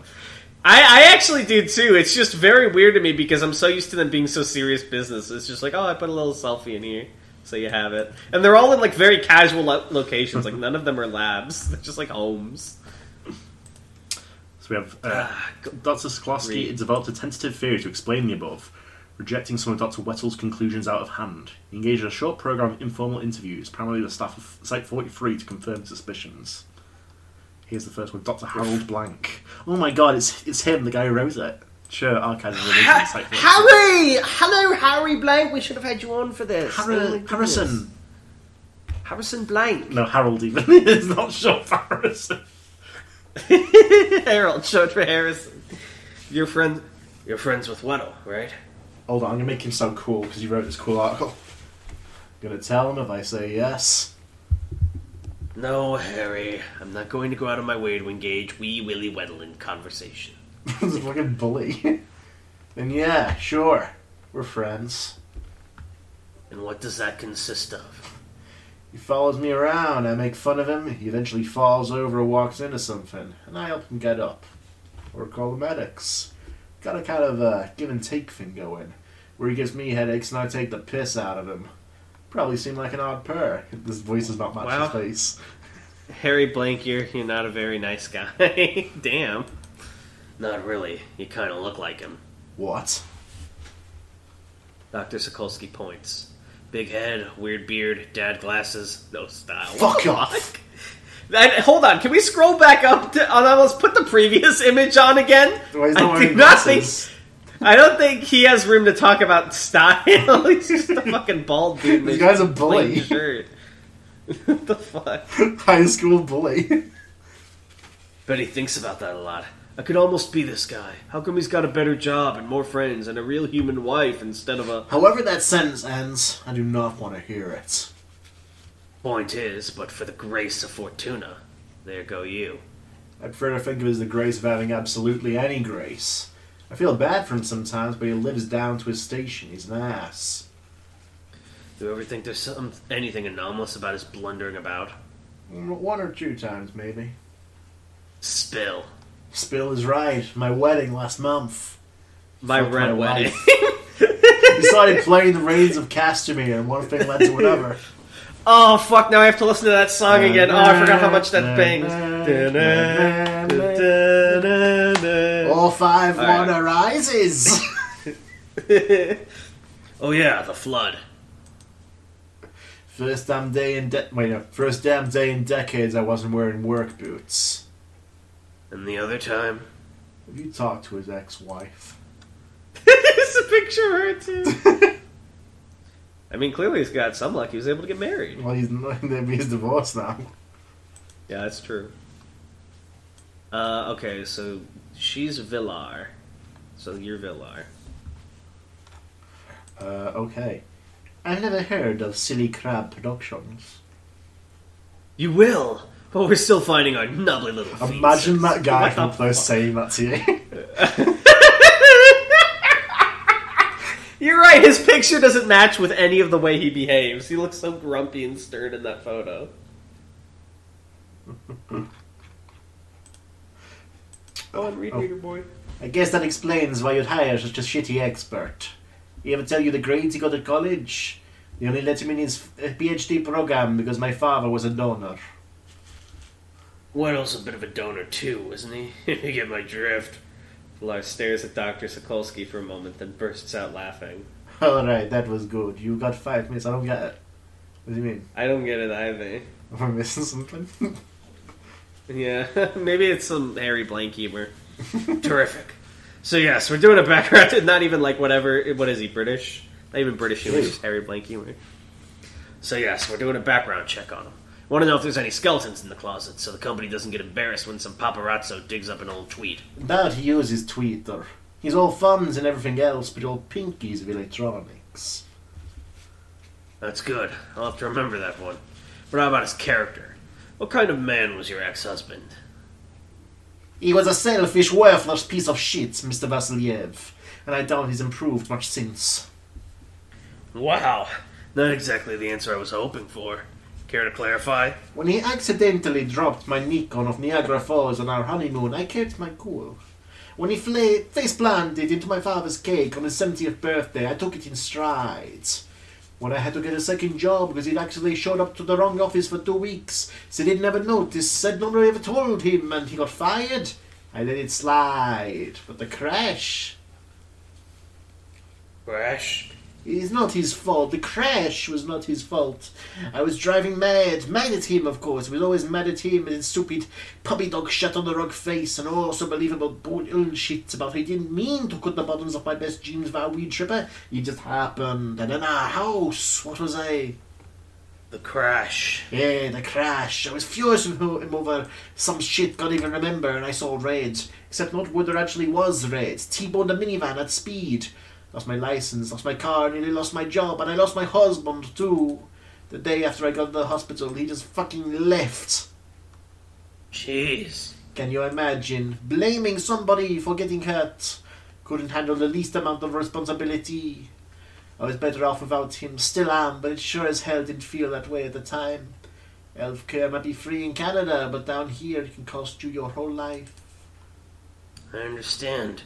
I, I actually do too. It's just very weird to me because I'm so used to them being so serious business. It's just like, oh, I put a little selfie in here, so you have it. And they're all in like very casual lo- locations. Like none of them are labs. (laughs) They're just like homes. So we have uh, Dr. Sikorsky Read. developed a tentative theory to explain the above, rejecting some of Dr. Wettle's conclusions out of hand. He engaged in a short program of informal interviews, primarily with staff of Site 43, to confirm suspicions. Here's the first one Dr. Harold Blank. Oh my god, it's it's him, the guy who wrote it. Sure, archives and Ah, religion, Site 43. Harry! Hello, Harry Blank. We should have had you on for this. Oh my Har- goodness. Harrison. Harrison (laughs) Blank. No, Harold even. it's not short for Harrison. Harold, short for Harrison. Your friend, you're friends with Weddle, right? Hold on, I'm gonna make him sound cool because he wrote this cool article. I'm gonna tell him if I say yes. No, Harry. I'm not going to go out of my way to engage wee Willie Weddle in conversation. (laughs) He's a fucking bully. (laughs) then yeah, sure, we're friends. And what does that consist of? He follows me around. I make fun of him. He eventually falls over or walks into something, and I help him get up, or call the medics. Got a kind of uh, give and take thing going, where he gives me headaches and I take the piss out of him. Probably seem like an odd pair. His voice does not match Wow. his face. Harry Blankier, you're not a very nice guy. (laughs) Damn. Not really. You kind of look like him. What? Dr. Sokolsky points. Big head, weird beard, dad glasses, no style. Fuck (laughs) What the off. fuck? That, hold on, can we scroll back up to, and I let's put the previous (laughs) image on again? Why he's not I wearing do not think glasses? I don't think he has room to talk about style. (laughs) He's just a fucking bald (laughs) dude. in This his guy's a plain bully. Shirt. (laughs) what the fuck? (laughs) High school bully. (laughs) But he thinks about that a lot. I could almost be this guy. How come he's got a better job and more friends and a real human wife instead of a However that sentence ends, I do not want to hear it. point is, but for the grace of Fortuna, there go you. I prefer to think of it as the grace of having absolutely any grace. I feel bad for him sometimes, but he lives down to his station. He's an ass. Do you ever think there's some, anything anomalous about his blundering about? Mm, One or two times, maybe. Spill. Spill is right. My wedding last month. My Fuck my red wedding. wife. He started playing the reigns of Castamere, and one thing led to (laughs) another. (laughs) Oh fuck! Now I have to listen to that song again. Oh, I forgot how much that bangs. All five All right. water rises. (laughs) oh yeah, the flood. First damn day in de- wait no, first damn day in decades I wasn't wearing work boots. And the other time. (laughs) Have you talked to his (laughs) ex-wife? it's a picture of her, too. I mean, clearly he's got some luck. He was able to get married. Well, he's (laughs) he's divorced now. Yeah, that's true. Uh, okay, so she's Villar. So you're Villar. Uh, okay. I've never heard of Silly Crab Productions. You will, but we're still finding our nubbly little feet. Imagine that (laughs) guy What from the close saying that to you. (laughs) You're right. His picture doesn't match with any of the way he behaves. He looks so grumpy and stern in that (laughs) photo. Go on, read Oh. reader boy. I guess that explains why you'd hire such a shitty expert. He ever tell you the grades he got at college? They only let him in his uh, PhD program because my father was a donor. (laughs) Wardle's a bit of a donor too, isn't he? (laughs) you get my drift. Lars stares at Doctor Sokolsky for a moment, then bursts out laughing. Alright, that was good. You got five minutes. I don't get it. What do you mean? (laughs) I don't get it either. (laughs) Am I missing something? (laughs) Yeah, (laughs) maybe it's some Harry Blank (laughs) humor. Terrific. So yes, we're doing a background. (laughs) Not even like whatever. What is he British? Not even British humor. Just Harry Blank humor. So yes, we're doing a background check on him. Want to know if there's any skeletons in the closet, so the company doesn't get embarrassed when some paparazzo digs up an old tweet. That he uses Twitter. He's all thumbs and everything else, but all pinkies of electronics. That's good. I'll have to remember that one. But how about his character? What kind of man was your ex-husband? He was a selfish, worthless piece of shit, Mr. Vasiliev, and I doubt he's improved much since. Wow, not exactly the answer I was hoping for. Care to clarify? When he accidentally dropped my Nikon of Niagara Falls on our honeymoon, I kept my cool. When he fla- face planted into my father's cake on his 70th birthday, I took it in strides. When I had to get a second job because he'd actually showed up to the wrong office for two weeks, said he'd never noticed, said nobody ever told him, and he got fired, I let it slide. But the crash. Crash. It's not his fault. The crash was not his fault. I was driving mad. Mad at him, of course. I was always mad at him and his stupid puppy dog shut on the rock face and all so believable bullshit about he didn't mean to cut the bottoms of my best jeans via weed tripper. It just happened. And in our house, what was I? The crash. Yeah, the crash. I was furious with him over some shit, can't even remember, and I saw red. Except not where there actually was red. T-boned a minivan at speed. Lost my license, lost my car, nearly lost my job, and I lost my husband too. The day after I got to the hospital, he just fucking left. Jeez. Can you imagine? Blaming somebody for getting hurt. Couldn't handle the least amount of responsibility. I was better off without him, still am, but it sure as hell didn't feel that way at the time. Health care might be free in Canada, but down here it can cost you your whole life. I understand.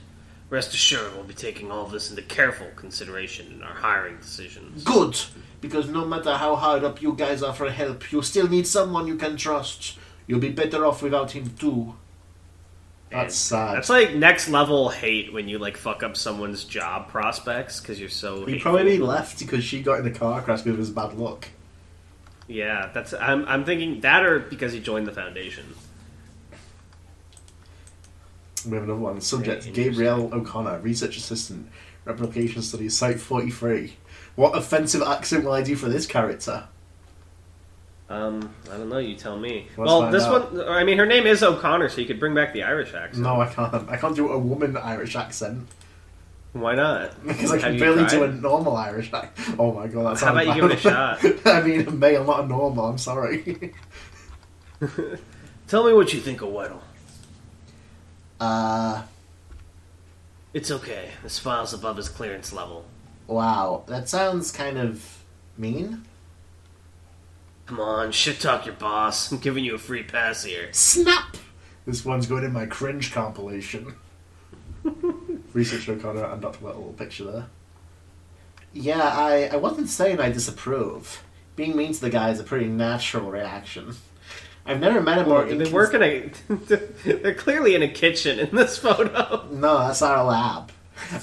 Rest assured, we'll be taking all this into careful consideration in our hiring decisions. Good! Because no matter how hard up you guys are for help, you still need someone you can trust. You'll be better off without him too. That's sad. That's like next level hate when you like fuck up someone's job prospects because you're so. he hateful. probably left because she got in a car crash because of his bad luck. Yeah, that's. I'm. I'm thinking that or because he joined the foundation. We have another one. Subject Very Gabrielle O'Connor, research assistant, replication studies, site 43. What offensive accent will I do for this character? Um, I don't know. You tell me. Let's well, find this out. one. I mean, her name is O'Connor, so you could bring back the Irish accent. No, I can't. I can't do a woman Irish accent (laughs) Why not? because I Have can you barely do a tried? normal Irish accent. Oh my god, that How sounds about you give bad. (laughs) it I mean, male, not a normal. I'm sorry. (laughs) Tell me what you think of Weddle. Uh, It's okay. This file's above his clearance level. wow, that sounds kind of mean. Come on, shit talk your boss. I'm giving you a free pass here. Snap. This one's going in my cringe compilation. Research O'Connor and Dr. Little picture there. Yeah, I, I wasn't saying I disapprove. Being mean to the guy is a pretty natural reaction. I've never met a more. Well, they incons- (laughs) work in a. they're clearly in a kitchen in this photo. No, that's our lab.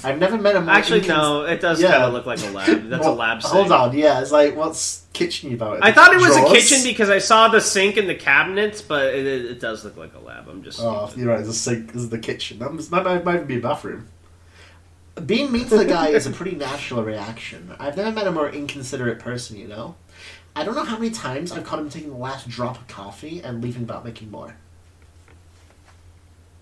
I've never met a more Actually, incons- no, it does Yeah. kind of look like a lab. That's a Well, lab sink. Hold on, yeah, it's like what's kitchen you about? I thought it was Drawers? a kitchen because I saw the sink and the cabinets, but it, it, it does look like a lab. I'm just. Oh, stupid. you're right. The sink is the kitchen. That must- that might, might even be a bathroom. Being mean to the guy is a pretty natural reaction. I've never met a more inconsiderate person. You know, I don't know how many times I've caught him taking the last drop of coffee and leaving without making more. (laughs)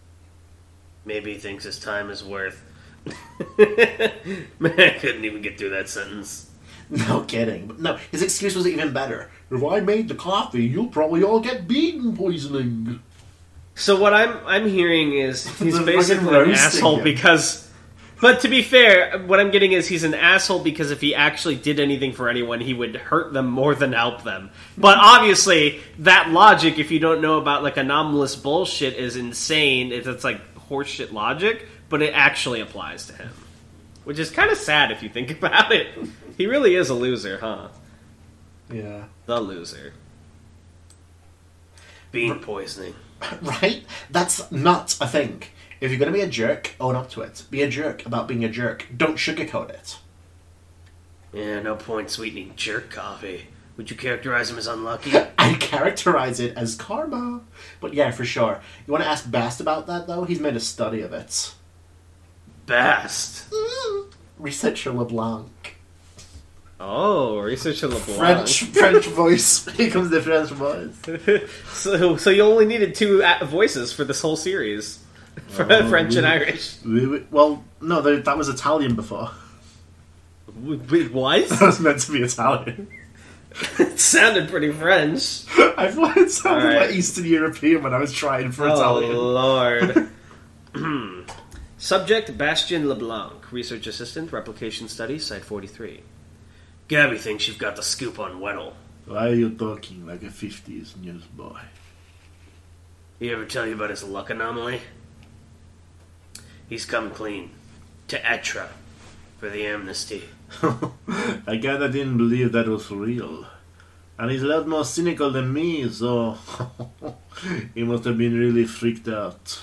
Maybe he thinks his time is worth. (laughs) Man, I couldn't even get through that sentence. No kidding. No, his excuse was even better. If I made the coffee, you'll probably all get bean poisoning. So what I'm I'm hearing (laughs) is he's Fucking basically an roasting asshole him. because. But to be fair, what I'm getting is he's an asshole because if he actually did anything for anyone, he would hurt them more than help them. But obviously, that logic, if you don't know about like anomalous bullshit, is insane. If it's like horseshit logic, but it actually applies to him, which is kind of sad if you think (laughs) about it. He really is a loser, huh? Yeah. (laughs) The loser. Bean poisoning. Right? That's not a thing. If you're going to be a jerk, own up to it. Be a jerk about being a jerk. Don't sugarcoat it. Yeah, no point sweetening jerk coffee. Would you characterize him as unlucky? (laughs) I characterize it as karma. But yeah, for sure. You want to ask Bast about that, though? He's made a study of it. Best. Researcher LeBlanc. Oh, researcher LeBlanc. French (laughs) French voice. Here comes the French voice. (laughs) so, so you only needed two a- voices for this whole series, (laughs) Fr- Oh, French and we- Irish. We- we- Well, no, tho- that was Italian before. (laughs) Wait, what? (laughs) That was meant to be Italian. (laughs) it sounded pretty French. I thought it sounded Alright. like Eastern European when I was trying for Italian. Oh lord. (laughs) (clears throat) Subject Bastien LeBlanc, research assistant, replication study, site forty-three. Gabby thinks you've got the scoop on Weddle. Why are you talking like a 50s newsboy? He ever tell you about his luck anomaly? He's come clean. To Etra. For the amnesty. I kinda didn't believe that was real. And he's a lot more cynical than me, so (laughs) he must have been really freaked out.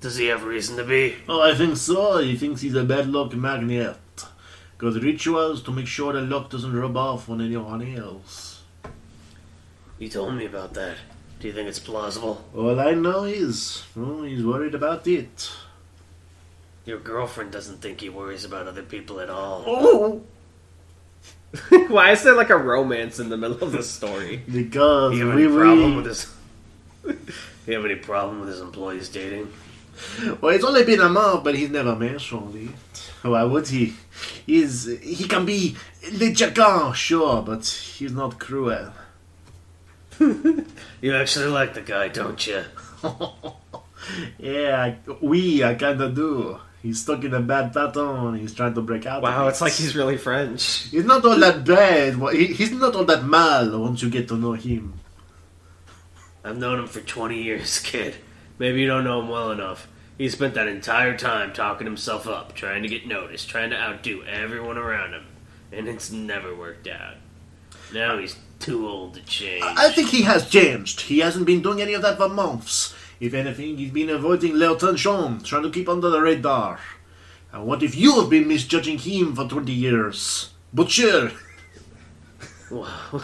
Does he have reason to be? Oh, I think so. He thinks he's a bad luck magnet. Got rituals to make sure the luck doesn't rub off on anyone else. You told me about that. Do you think it's plausible? All I know is, oh, he's worried about it. Your girlfriend doesn't think he worries about other people at all. Oh, (laughs) Why is there like a romance in the middle of the story? because You have we any problem will. with his? (laughs) you have any problem with his employees dating? (laughs) Well, it's only been a month, but he's never mentioned it. Why would he? He's he can be le jargon, sure, but he's not cruel. (laughs) You actually like the guy, don't you? yeah, we I kinda do. He's stuck in a bad pattern. He's trying to break out. of it. really French. he's not all that bad. Well, he- He's not all that mal once you get to know him. I've known him for 20 years, (laughs) kid. Maybe you don't know him well enough. He spent that entire time talking himself up, trying to get noticed, trying to outdo everyone around him, and it's never worked out. Now he's too old to change. I think he has changed. He hasn't been doing any of that for months. If anything, he's been avoiding Leoton Jean, trying to keep under the radar. And what if you have been misjudging him for 20 years? Butcher! Wow. (laughs) Oh,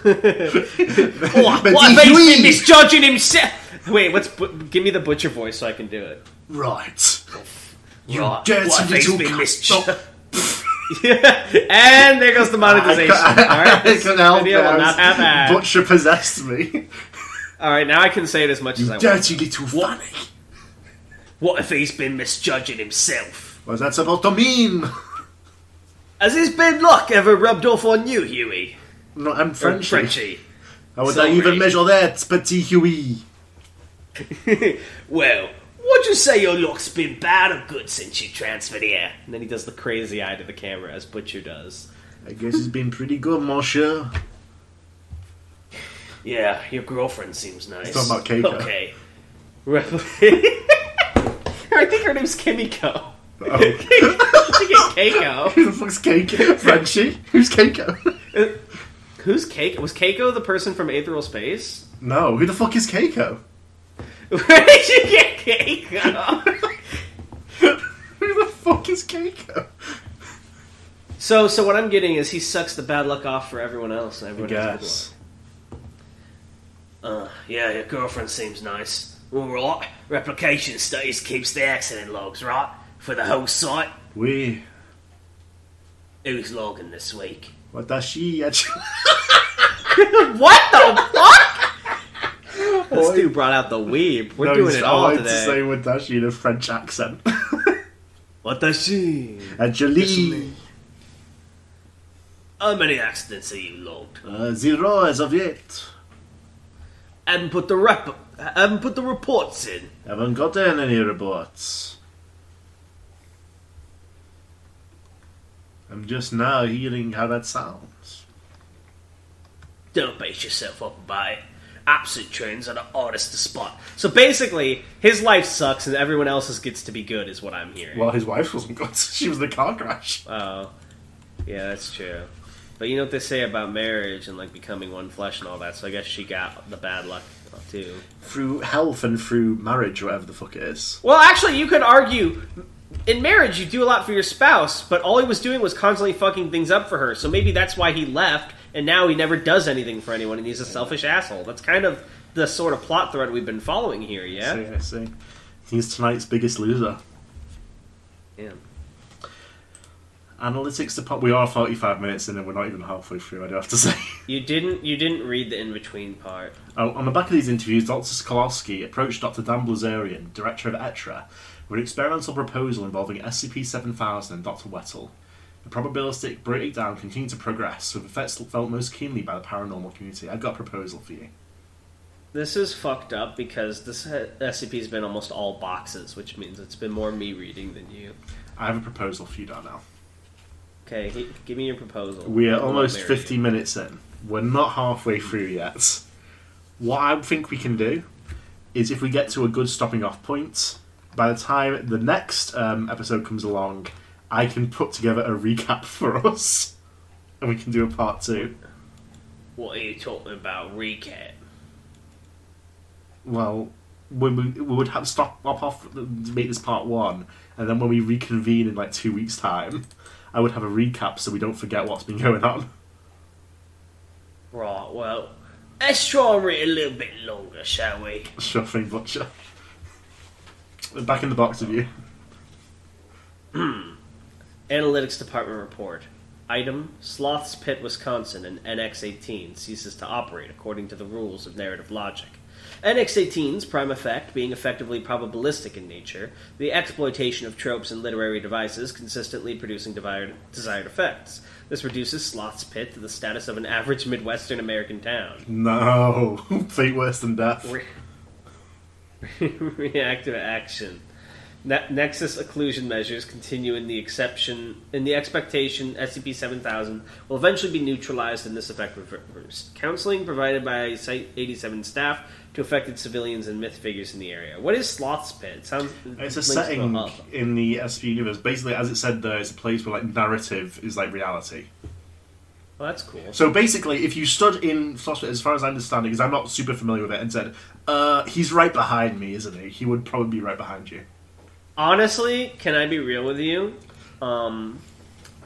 But what? he's He's weak. been misjudging himself. Wait, what's? Bu- give me the butcher voice so I can do it. Right. You Raw. dirty What, he's little been cunt. (laughs) misjudged. and there goes the (laughs) monetization. I, ca- All right, I this couldn't help video it. I will not was- have ads. Butcher possessed (laughs) me. All right, now I can say it as much as I want. Dirty little funny. What if he's been misjudging himself? What's that supposed to mean? Has his bad luck ever rubbed off on you, Huey? No, I'm Or Frenchy. Frenchie. How would I Sorry. even measure that, Petit Huey? (laughs) well, would you say your luck's been bad or good since you transferred here? And then he does the crazy eye to the camera, as Butcher does. I guess it's been pretty good, (laughs) monsieur. Yeah, your girlfriend seems nice. He's talking about Keiko. Okay. (laughs) Right. I think her name's Kimiko. (laughs) Oh. (laughs) Keiko. Who the fuck's Keiko? Frenchie? Who's Keiko? Who's Keiko? Was Keiko the person from Aetheral Space? (laughs) No, who the fuck is (laughs) Keiko? Where did you get Keiko? (laughs) Who the fuck is is Keiko? So, so what I'm getting is he sucks the bad luck off for everyone else, and I everyone has good luck. guess. Uh, yeah, your girlfriend seems nice. All right. Replication studies keeps the accident logs, right? For the whole site. We. Who's logging this week? (laughs) What does she actually. What the fuck? This dude brought out the weeb. (laughs) We're No, doing he's- it I all wanted to today. say what does she in a French (laughs) accent? What does she? Actually, How many accidents have you logged? uh, zero as of yet. Haven't put the rep- haven't put the reports in. Haven't gotten any reports. I'm just now hearing how that sounds. Don't base yourself up about it. Absent trains are the hardest to spot. So basically, his life sucks and everyone else's gets to be good, is what I'm hearing. Well, his wife wasn't (laughs) good. She was in the car crash. Oh, yeah, that's true. But you know what they say about marriage and like becoming one flesh and all that. So I guess she got the bad luck too. Through health and through marriage, whatever the fuck it is. Well, actually, you could argue in marriage you do a lot for your spouse, but all he was doing was constantly fucking things up for her. So maybe that's why he left, and now he never does anything for anyone, and he's a selfish asshole. That's kind of the sort of plot thread we've been following here. Yeah. See, I see. He's tonight's biggest loser. Yeah. Analytics department. We are 45 minutes in and we're not even halfway through, I do have to (laughs) say. You didn't. You didn't read the in between part. Oh, on the back of these interviews, Dr. Skolowski approached Dr. Dan Blazerian, director of ETRA, with an experimental proposal involving SCP 7000 and Dr. Wettle. The probabilistic breakdown continued to progress, with effects felt most keenly by the paranormal community. I've got a proposal for you. This is fucked up because this ha- SCP has been almost all boxes, which means it's been more me reading than you. I have a proposal for you, Darnell. Okay, he, give me your proposal. We are I'll almost marry 50 you. minutes in. We're not halfway through yet. What I think we can do is if we get to a good stopping off point, by the time the next um, episode comes along, I can put together a recap (laughs) for us. And we can do a part two. What are you talking about? Recap. Well, when we, we would have stop up off to make this part one, and then when we reconvene in like two weeks' time, I would have a recap so we don't forget what's been going on. (laughs) Right. Well, let's try and read a little bit longer, shall we? Sure thing, Butcher. Back in the box of you. Analytics Department report. Item Sloth's Pit, Wisconsin, and NX 18 ceases to operate according to the rules of narrative logic. NX 18's prime effect being effectively probabilistic in nature, the exploitation of tropes and literary devices consistently producing desired, desired effects. This reduces Sloth's Pit to the status of an average Midwestern American town. No, (laughs) fate worse than death. Re- (laughs) reactive action. Ne- Nexus occlusion measures continue in the exception in the expectation SCP seven thousand will eventually be neutralized and this effect reversed. Counseling provided by Site eighty seven staff to affected civilians and myth figures in the area. What is Sloth's Pit? It sounds It's a links to setting hub. in the SP universe. Basically, as it said there, it's a place where like narrative is like reality. Well, that's cool. So basically, if you stood in Philosophy, as far as I understand it, because I'm not super familiar with it, and said, "Uh, he's right behind me, isn't he?" He would probably be right behind you. Honestly, can I be real with you? Um,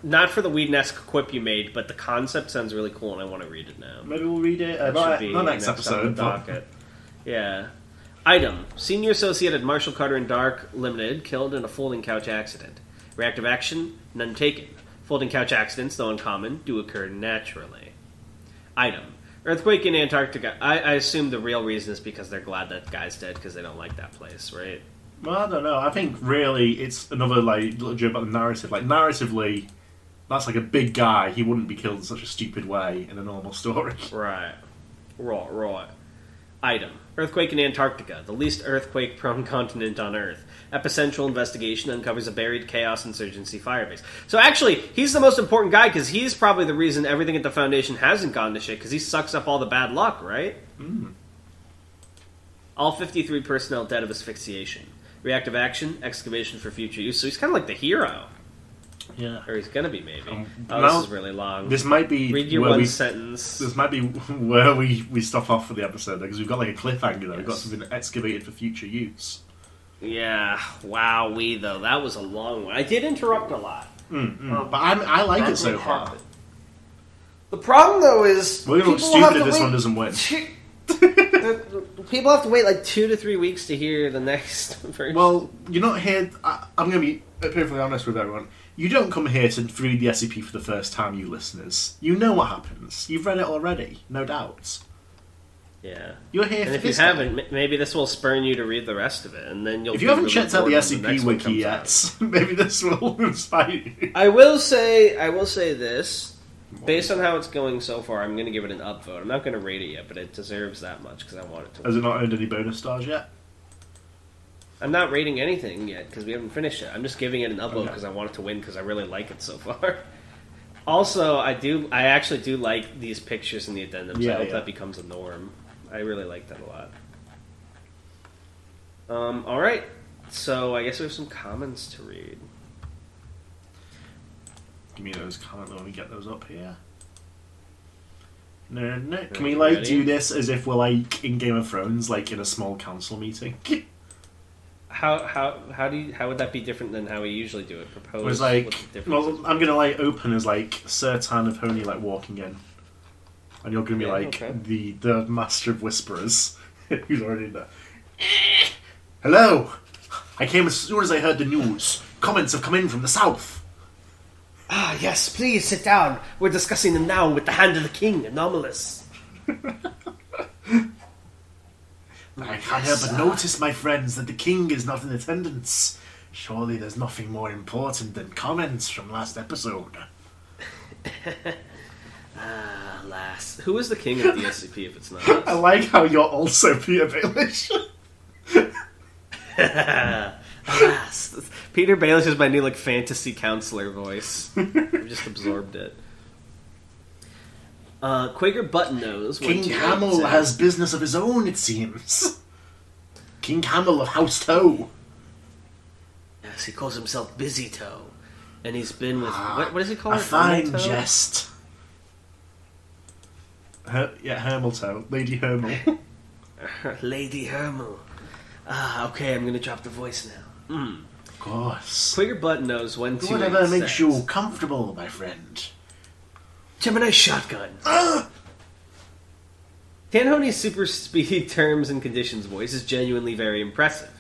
not for the weed esque quip you made, but the concept sounds really cool, and I want to read it now. Maybe we'll read it. Uh, That not, should be not next, on the episode. but- docket. Yeah. Item: Senior associate at Marshall Carter and Dark Limited killed in a folding couch accident. Reactive action: none taken. Folding couch accidents, though uncommon, do occur naturally. Item: Earthquake in Antarctica. I, I assume the real reason is because they're glad that guy's dead because they don't like that place, right? Well, I don't know. I think really it's another like little joke about the narrative. Like narratively, that's like a big guy. He wouldn't be killed in such a stupid way in a normal story. Right. Right, right. Item Earthquake in Antarctica, the least earthquake prone (laughs) continent on Earth. Epicentral investigation uncovers a buried Chaos Insurgency firebase. So, actually, he's the most important guy because he's probably the reason everything at the Foundation hasn't gone to shit because he sucks up all the bad luck, right? Hmm. All 53 personnel dead of asphyxiation. Reactive action, excavation for future use. So, he's kind of like the hero. (laughs) Yeah. Or he's going to be, maybe. Um, oh, now- this is really long. This might be Read your where one we, sentence. This might be (laughs) where we, we stop off for the episode because we've got like a cliffhanger. there. We've got Yes. something excavated for future use. Yeah, wow, we though that was a long one. I did interrupt a lot. Mm, Mm-hmm. mm. But I'm, I like it so far. The problem though is We're gonna look people have stupid to if this wait one doesn't win. two- (laughs) the- the- people have to wait like two to three weeks to hear the next (laughs) version. (laughs) Well, you're not here. I, I'm going to be perfectly honest with everyone. You don't come here to read the SCP for the first time, you listeners. You know what happens. You've read it already, no doubt. Yeah, You're here for and if you this guy. haven't, m- maybe this will spurn you to read the rest of it, and then you'll. If be you haven't really checked out the bored when SCP next one wiki comes out. yet, (laughs) maybe this will inspire you. I will say, I will say this. Based on how it's going so far, I'm going to give it an upvote. I'm not going to rate it yet, but it deserves that much because I want it to. Has it not earned any bonus stars yet? I'm not rating anything yet because we haven't finished it. I'm just giving it an upvote Okay. because I want it to win because I really like it so far. (laughs) Also, I do. I actually do like these pictures in the addendums. I Yeah, hope yeah. that becomes a norm. I really like that a lot. Um, all right, so I guess we have some comments to read. Give me those comments when we get those up here. No, no. Can Are we you like ready? do this as if we're like in Game of Thrones, like in a small council meeting? How how how do you, how would that be different than how we usually do it? Propose It was what like, the difference well, is. I'm gonna like open as like Sertan of Honi like walking in, and you're gonna be Yeah, like okay. the the master of whisperers (laughs) who's already there. Hello, I came as soon as I heard the news. Comments have come in from the south. Ah, yes, please sit down. We're discussing the noun with the hand of the king, anomalous. I can but notice, my friends, that the king is not in attendance. Surely there's nothing more important than comments from last episode. Ah, alas. Who is the king of the SCP if (laughs) it's not us? I like how you're also Peter Baelish. (laughs) Alas. Peter Baelish is my new like fantasy counselor voice. I've just absorbed it. Uh, Quaker Button Nose. King Camel has business of his own, it seems. King Camel of House Toe. Yes, he calls himself Busy Toe. And he's been with. What, what does he call Ah, A it? fine Toe? jest. Her- yeah, Hermel Toe. Lady Hermel. (laughs) Lady Hermel. Ah, okay, I'm gonna drop the voice now. Mm. of course. Quaker Button Nose, one, two, eight, Whatever makes six. you comfortable, my friend. Gemini shotgun. Tanhoney's super speed (laughs) terms and conditions voice is genuinely very impressive.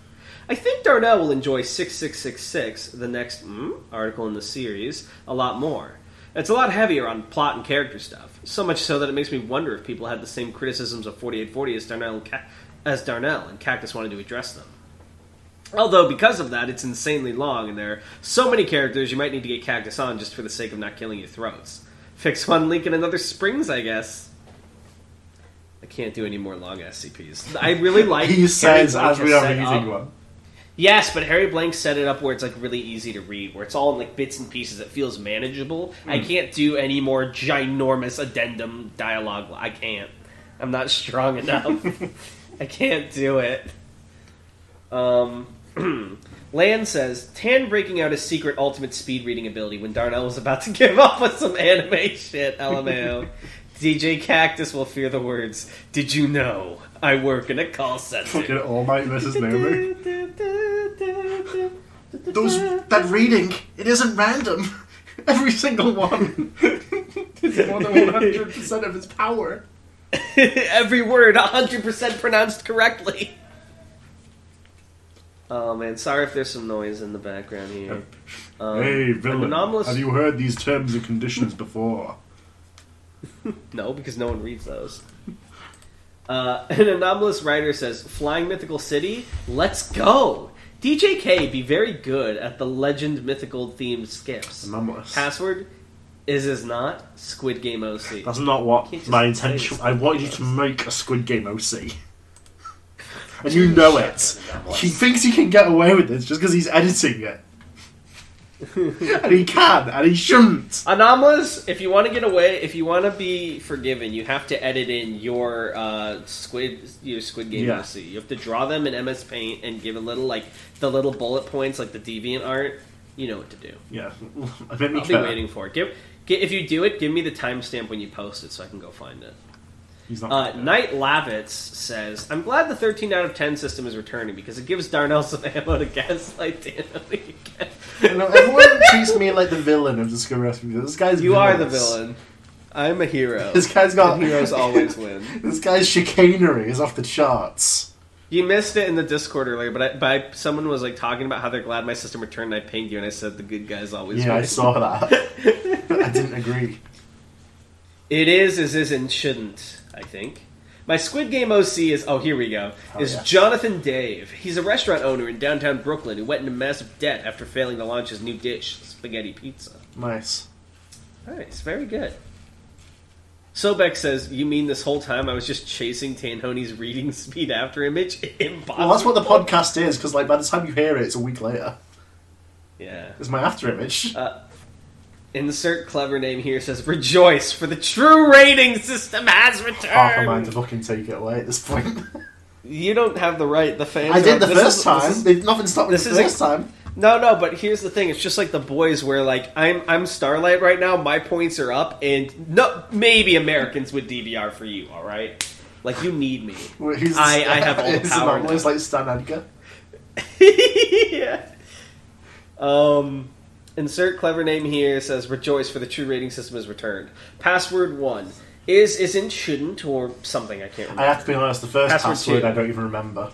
I think Darnell will enjoy 6666, the next mm, article in the series, a lot more. It's a lot heavier on plot and character stuff, so much so that it makes me wonder if people had the same criticisms of 4840 as Darnell, and Ca- as Darnell and Cactus wanted to address them. Although, because of that, it's insanely long, and there are so many characters you might need to get Cactus on just for the sake of not killing your throats. Fix one leak in another springs, I guess. I can't do any more long SCPs. I (laughs) really like. He Harry says Blank as we has are set up- reading one. Yes, but Harry Blank set it up where it's like really easy to read, where it's all in like bits and pieces. It feels manageable. I can't do any more ginormous addendum dialogue. I can't. I'm not strong (laughs) enough. I can't do it. Um, (clears throat) Lan says Tan breaking out his secret ultimate speed reading ability when Darnell was about to (laughs) give up with some anime shit. (laughs) LMAO. DJ Cactus will fear the words. Did you know I work in a call (laughs) center? Fucking All Might versus (laughs) Nomu. Those, that reading, it isn't random. (laughs) Every single one. (laughs) it's more than (laughs) 100% of its power. Every word 100% pronounced correctly. Oh man, sorry if there's some noise in the background here. Um, hey, an villain, anomalous- have you heard these terms and conditions before? No, because no one reads those. Uh, (laughs) an anomalous writer says, "Flying mythical city, let's go." DJK be very good at the legend mythical themed skips. Anomalous. Password is is not Squid Game OC. That's not what Can't just my say intention. it's I wanted you to make a Squid Game (laughs) OC, and you know it. He thinks he can get away with this just because he's editing (laughs) it, and he can, and he shouldn't. Anomalous, if you want to get away, if you want to be forgiven, you have to edit in your uh, squid, your Squid Game Yeah. OC. You have to draw them in MS Paint and give a little like the little bullet points, like the deviant art. You know what to do. Yeah, (laughs) made me I'll be care. waiting for it. Give, get, if you do it, give me the timestamp when you post it so I can go find it. He's not. Uh, Knight Lavitz says, I'm glad the 13 out of 10 system is returning because it gives Darnell some (laughs) ammo to gaslight Dan again. You know, (laughs) everyone treats me like the villain of Discovery Rescue. This guy's You are the villainous. villain. I'm a (laughs) hero. This guy's got And heroes always win. This guy's chicanery is off the charts. You missed it in the Discord earlier, but I, by someone was like talking about how they're glad my system returned. and I pinged you and I said the good guys always yeah, win. I saw that. But I didn't agree. (laughs) It is, is, is, and shouldn't, I think. My Squid Game OC is, oh, here we go, Oh, is yeah. Jonathan Dave. He's a restaurant owner in downtown Brooklyn who went into massive debt after failing to launch his new dish, spaghetti pizza. (laughs) Nice. Nice, very good. Sobek says, You mean this whole time I was just chasing Tanhoney's reading (laughs) speed after image? (laughs) Impossible. Well, that's what the podcast is, because like by the time you hear it, it's a week later. Yeah. Uh, It's my after image. Insert clever name here says, Rejoice, for the true rating system has Half a mind to returned! fucking take it away at this (laughs) point. You don't have the right, the fans I are- did the this first is- time. this is- They- Nothing stopped me this the is a- first time. No, no, but here's the thing. It's just like the boys where like I'm I'm Starlight right now, my points are up and no maybe Americans would DVR for you, all right? Like you need me. Well, he's- (laughs) I- I have all the he's power anomalous, like Stan Edgar. yeah. (laughs) Um insert clever name here says rejoice for the true rating system is returned. Password 1 is isn't shouldn't or something I can't remember. I have to be honest, the first Password password, two. I don't even remember.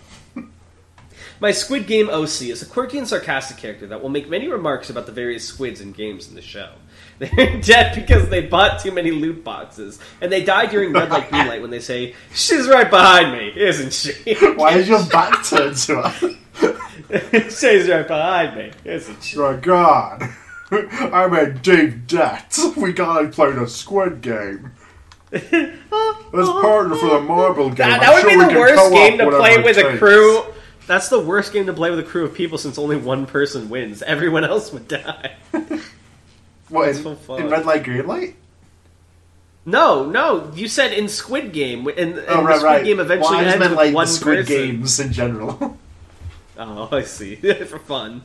My Squid Game OC is a quirky and sarcastic character that will make many remarks about the various squids and games in the show. (laughs) They're in debt because they bought too many loot boxes, and they die during red light, green light when they say, She's right behind me, isn't she? Why is your back turned to us? (laughs) She's right behind me, isn't she? Oh god. (laughs) I'm in deep debt. We gotta play the squid (laughs) game. Let's partner for the marble game. That, I'm that would sure be we the can worst co-op game to whatever play it with a takes. crew. That's the worst game to play with a crew of people since only one person wins. Everyone (laughs) else would die. What, That's so in, fun. in red light, green light? No, no, you said in Squid Game, and, and Oh, the right, Squid right. Game eventually well, I just ends meant with like one the squid person. games in general. (laughs) Oh, I see. (laughs) For fun.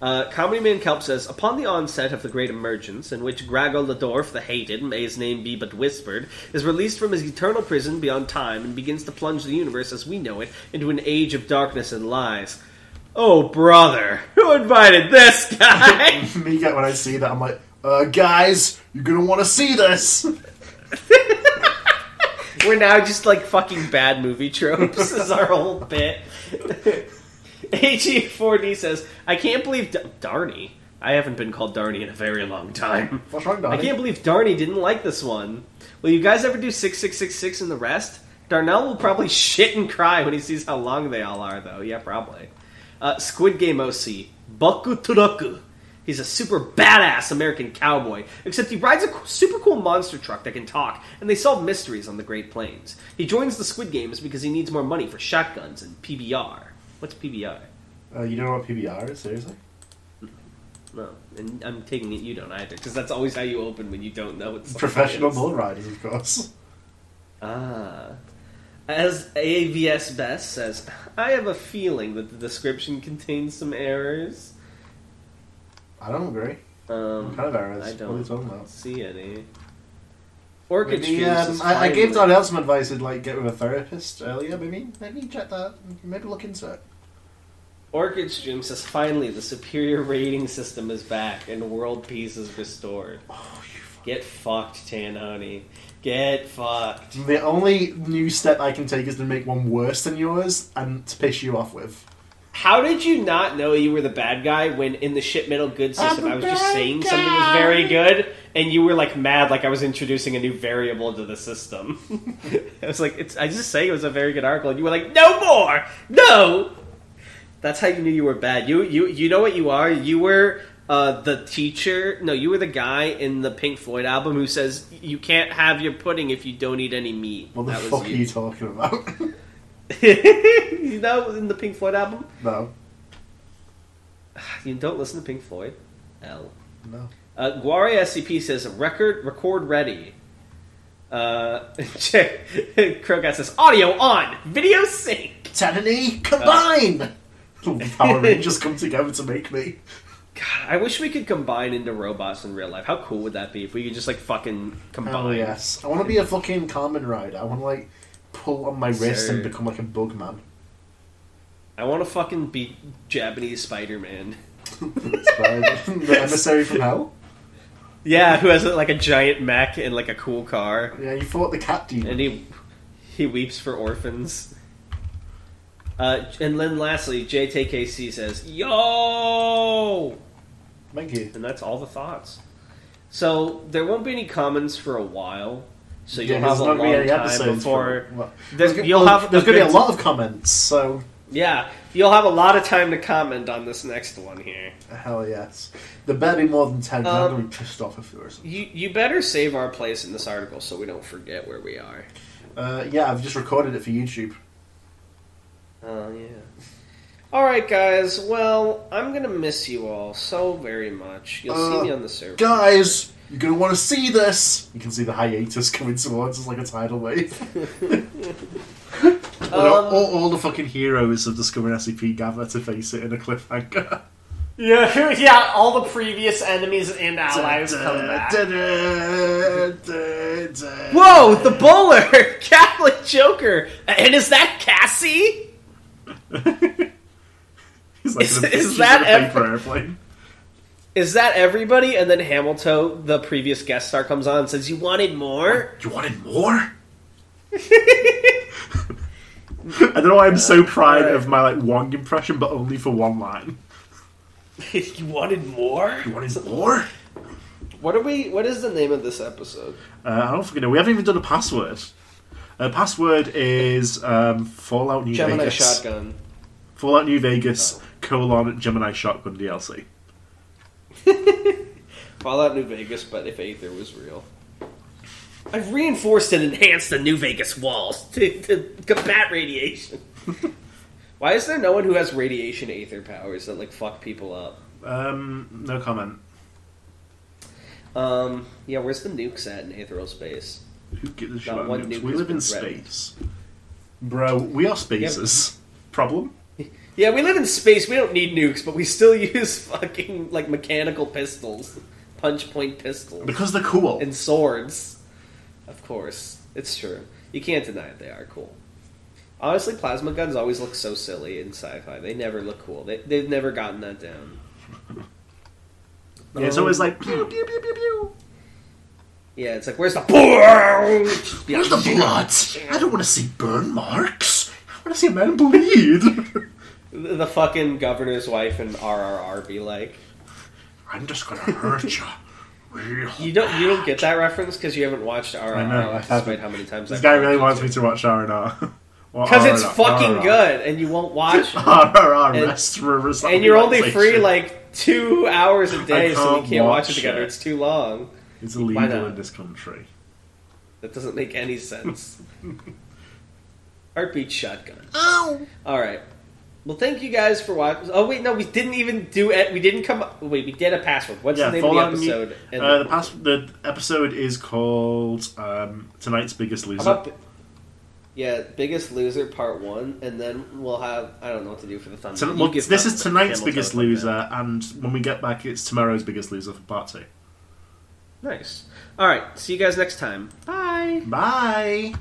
Uh, Comedy Man Kelp says, Upon the onset of the Great Emergence, in which Grago Ladorf the Hated, may his name be but whispered, is released from his eternal prison beyond time and begins to plunge the universe as we know it into an age of darkness and lies. Oh, brother, who invited this guy? (laughs) Me get when I see that, I'm like, uh, guys, you're gonna want to see this. We're now just like fucking bad movie tropes is our whole bit. HE4D says, I can't believe D- Darny. I haven't been called Darny in a very long time. What's wrong, I Donnie? can't believe Darny didn't like this one. Will you guys ever do 6666 and the rest? Darnell will probably (laughs) shit and cry when he sees how long they all are, though. Yeah, probably. Uh, Squid Game OC, Baku Turoku. He's a super badass American cowboy, except he rides a co- super cool monster truck that can talk, and they solve mysteries on the Great Plains. He joins the Squid Games because he needs more money for shotguns and PBR. What's PBR? Uh, you don't know what PBR is, seriously? No, and I'm taking it you don't either, because that's always how you open when you don't know what something Professional is. bull riders, of course. (laughs) Ah. As AVS Best says, I have a feeling that the description contains some errors. I don't agree. Um, What kind of errors? I What are you don't talking about? see any. Orchid Maybe, Fumes um, is I, I gave finally- someone else some advice to like get with a therapist earlier. Maybe maybe check that. Maybe look into it. Orchid Stream says, finally, the superior rating system is back and world peace is restored. Oh, you Get fucked, Tanhoney. Get fucked. the only new step I can take is to make one worse than yours and to piss you off with. How did you not know you were the bad guy when in the shit metal good system the I was just bad saying something was guy. very good and you were like mad like I was introducing a new variable to (laughs) the system? I was like, it's, I just say it was a very good article and you were like, no more, no. That's how you knew you were bad. You you you know what you are. You were uh, the teacher. No, you were the guy in the Pink Floyd album who says you can't have your pudding if you don't eat any meat. What the That was fuck are you talking about? (laughs) you. you (laughs) know, in the Pink Floyd album. no, You don't listen to Pink Floyd. L. no. Uh, Guari SCP says record record ready. Uh, (laughs) check. Krogat says audio on, video sync. Tenony combine. Power Rangers come together to make me. God, I wish we could combine into robots in real life. How cool would that be if we could just like fucking combine? Oh yes, I want to be a fucking Carmen rider. I want to like pull on my wrist Sir. and become like a bug man. I want to fucking be Japanese Spider Man. That's fine. (laughs) the emissary from hell. Yeah, who has like a giant mech and like a cool car, Yeah, you fought the cat demon. and he he weeps for orphans. Uh, and then lastly, JTKC says, "Yo." Thank you. and that's all the thoughts. So there won't be any comments for a while. So you'll Yeah, have there's a not long really any time episodes before. for- well, There's, there's, you'll well, have there's going to be a lot of comments. So Yeah, you'll have a lot of time to comment on this next one here. hell yes, there better be more than ten. 'cause I'm Um, gonna be pissed off if there isn't. You you better save our place in this article so we don't forget where we are. Uh, yeah, I've just recorded it for YouTube. Oh yeah. All right, guys. Well, I'm gonna miss you all so very much. You'll Uh, see me on the server, Guys, you're gonna want to see this. You can see the hiatus (laughs) coming towards us like a tidal wave. (laughs) Um, But all, all- all the fucking heroes of Discovering SCP E gather to face it in a (laughs) cliffhanger. Yeah, (laughs) yeah. All the previous enemies and allies come back. Whoa! Whoa, the bowler, (laughs) Catholic Joker, and is that Cassie? He's like Is- in a- is he's that in a paper ever- airplane. Is that everybody? And then Hamilton, the previous guest star, comes on and says, "You wanted more." (laughs) You wanted more? I don't know why I'm so proud of my like Wong impression, but only for one line. (laughs) you wanted more? You wanted more? What are we? What is the name of this episode? Uh, I don't fucking know. We haven't even done a password. Uh, password is um, Fallout New Gemini Vegas. Shotgun. Fallout New Vegas colon Gemini Shotgun DLC. Fallout New Vegas, but if Aether was real. I've reinforced and enhanced the New Vegas walls (laughs) to, to combat radiation. (laughs) Why is there no one who has radiation Aether powers that like fuck people up? Um, no comment. Um, yeah, where's the nukes at in Aethereal space? Who gives a shit Not about one nukes? nuke We has live been in threatened. space, bro. We are spaces. Problem? Yeah, we live in space. We don't need nukes, but we still (laughs) use fucking like mechanical pistols, punch point pistols, Because they're cool. and swords. Of course, it's true. You can't deny it. They are cool. Honestly, plasma guns always look so silly in sci-fi. They never look cool. They, they've never gotten that down. yeah, it's always like pew pew pew pew pew. Yeah, it's like where's the boom? Where's the blood? I don't want to see burn marks. I want to see a man bleed. (laughs) The the fucking governor's wife and RRR be like, I'm just gonna hurt you. you don't you don't get that reference because you haven't watched RRR. I know, I haven't. despite how many times This I've guy told really you wants to. me to watch R and R. (laughs) Because it's fucking good, and you won't watch, it. R R R And- rest for resuscitation. and you're only free like two hours a day, so we can't can't watch watch it together. it. It's too long. it's Why illegal not? in this country. That doesn't make (laughs) any sense. Heartbeat shotgun. Oh, All right. Well, thank you guys for watching. Oh wait, no, we didn't even do it. We didn't come. Wait, we did a password. What's yeah. the name Fallout of the New- episode? And uh, the, past, the episode is called um, "Tonight's Biggest How Loser." about bi- yeah, biggest loser part one, and then we'll have. I don't know what to do for the thumbnail. Ton- You well, give this is thumbnail. tonight's Hamilton biggest will thumbnail. loser, and when we get back, it's tomorrow's biggest loser for part two. Nice. All right. See you guys next time. Bye. Bye.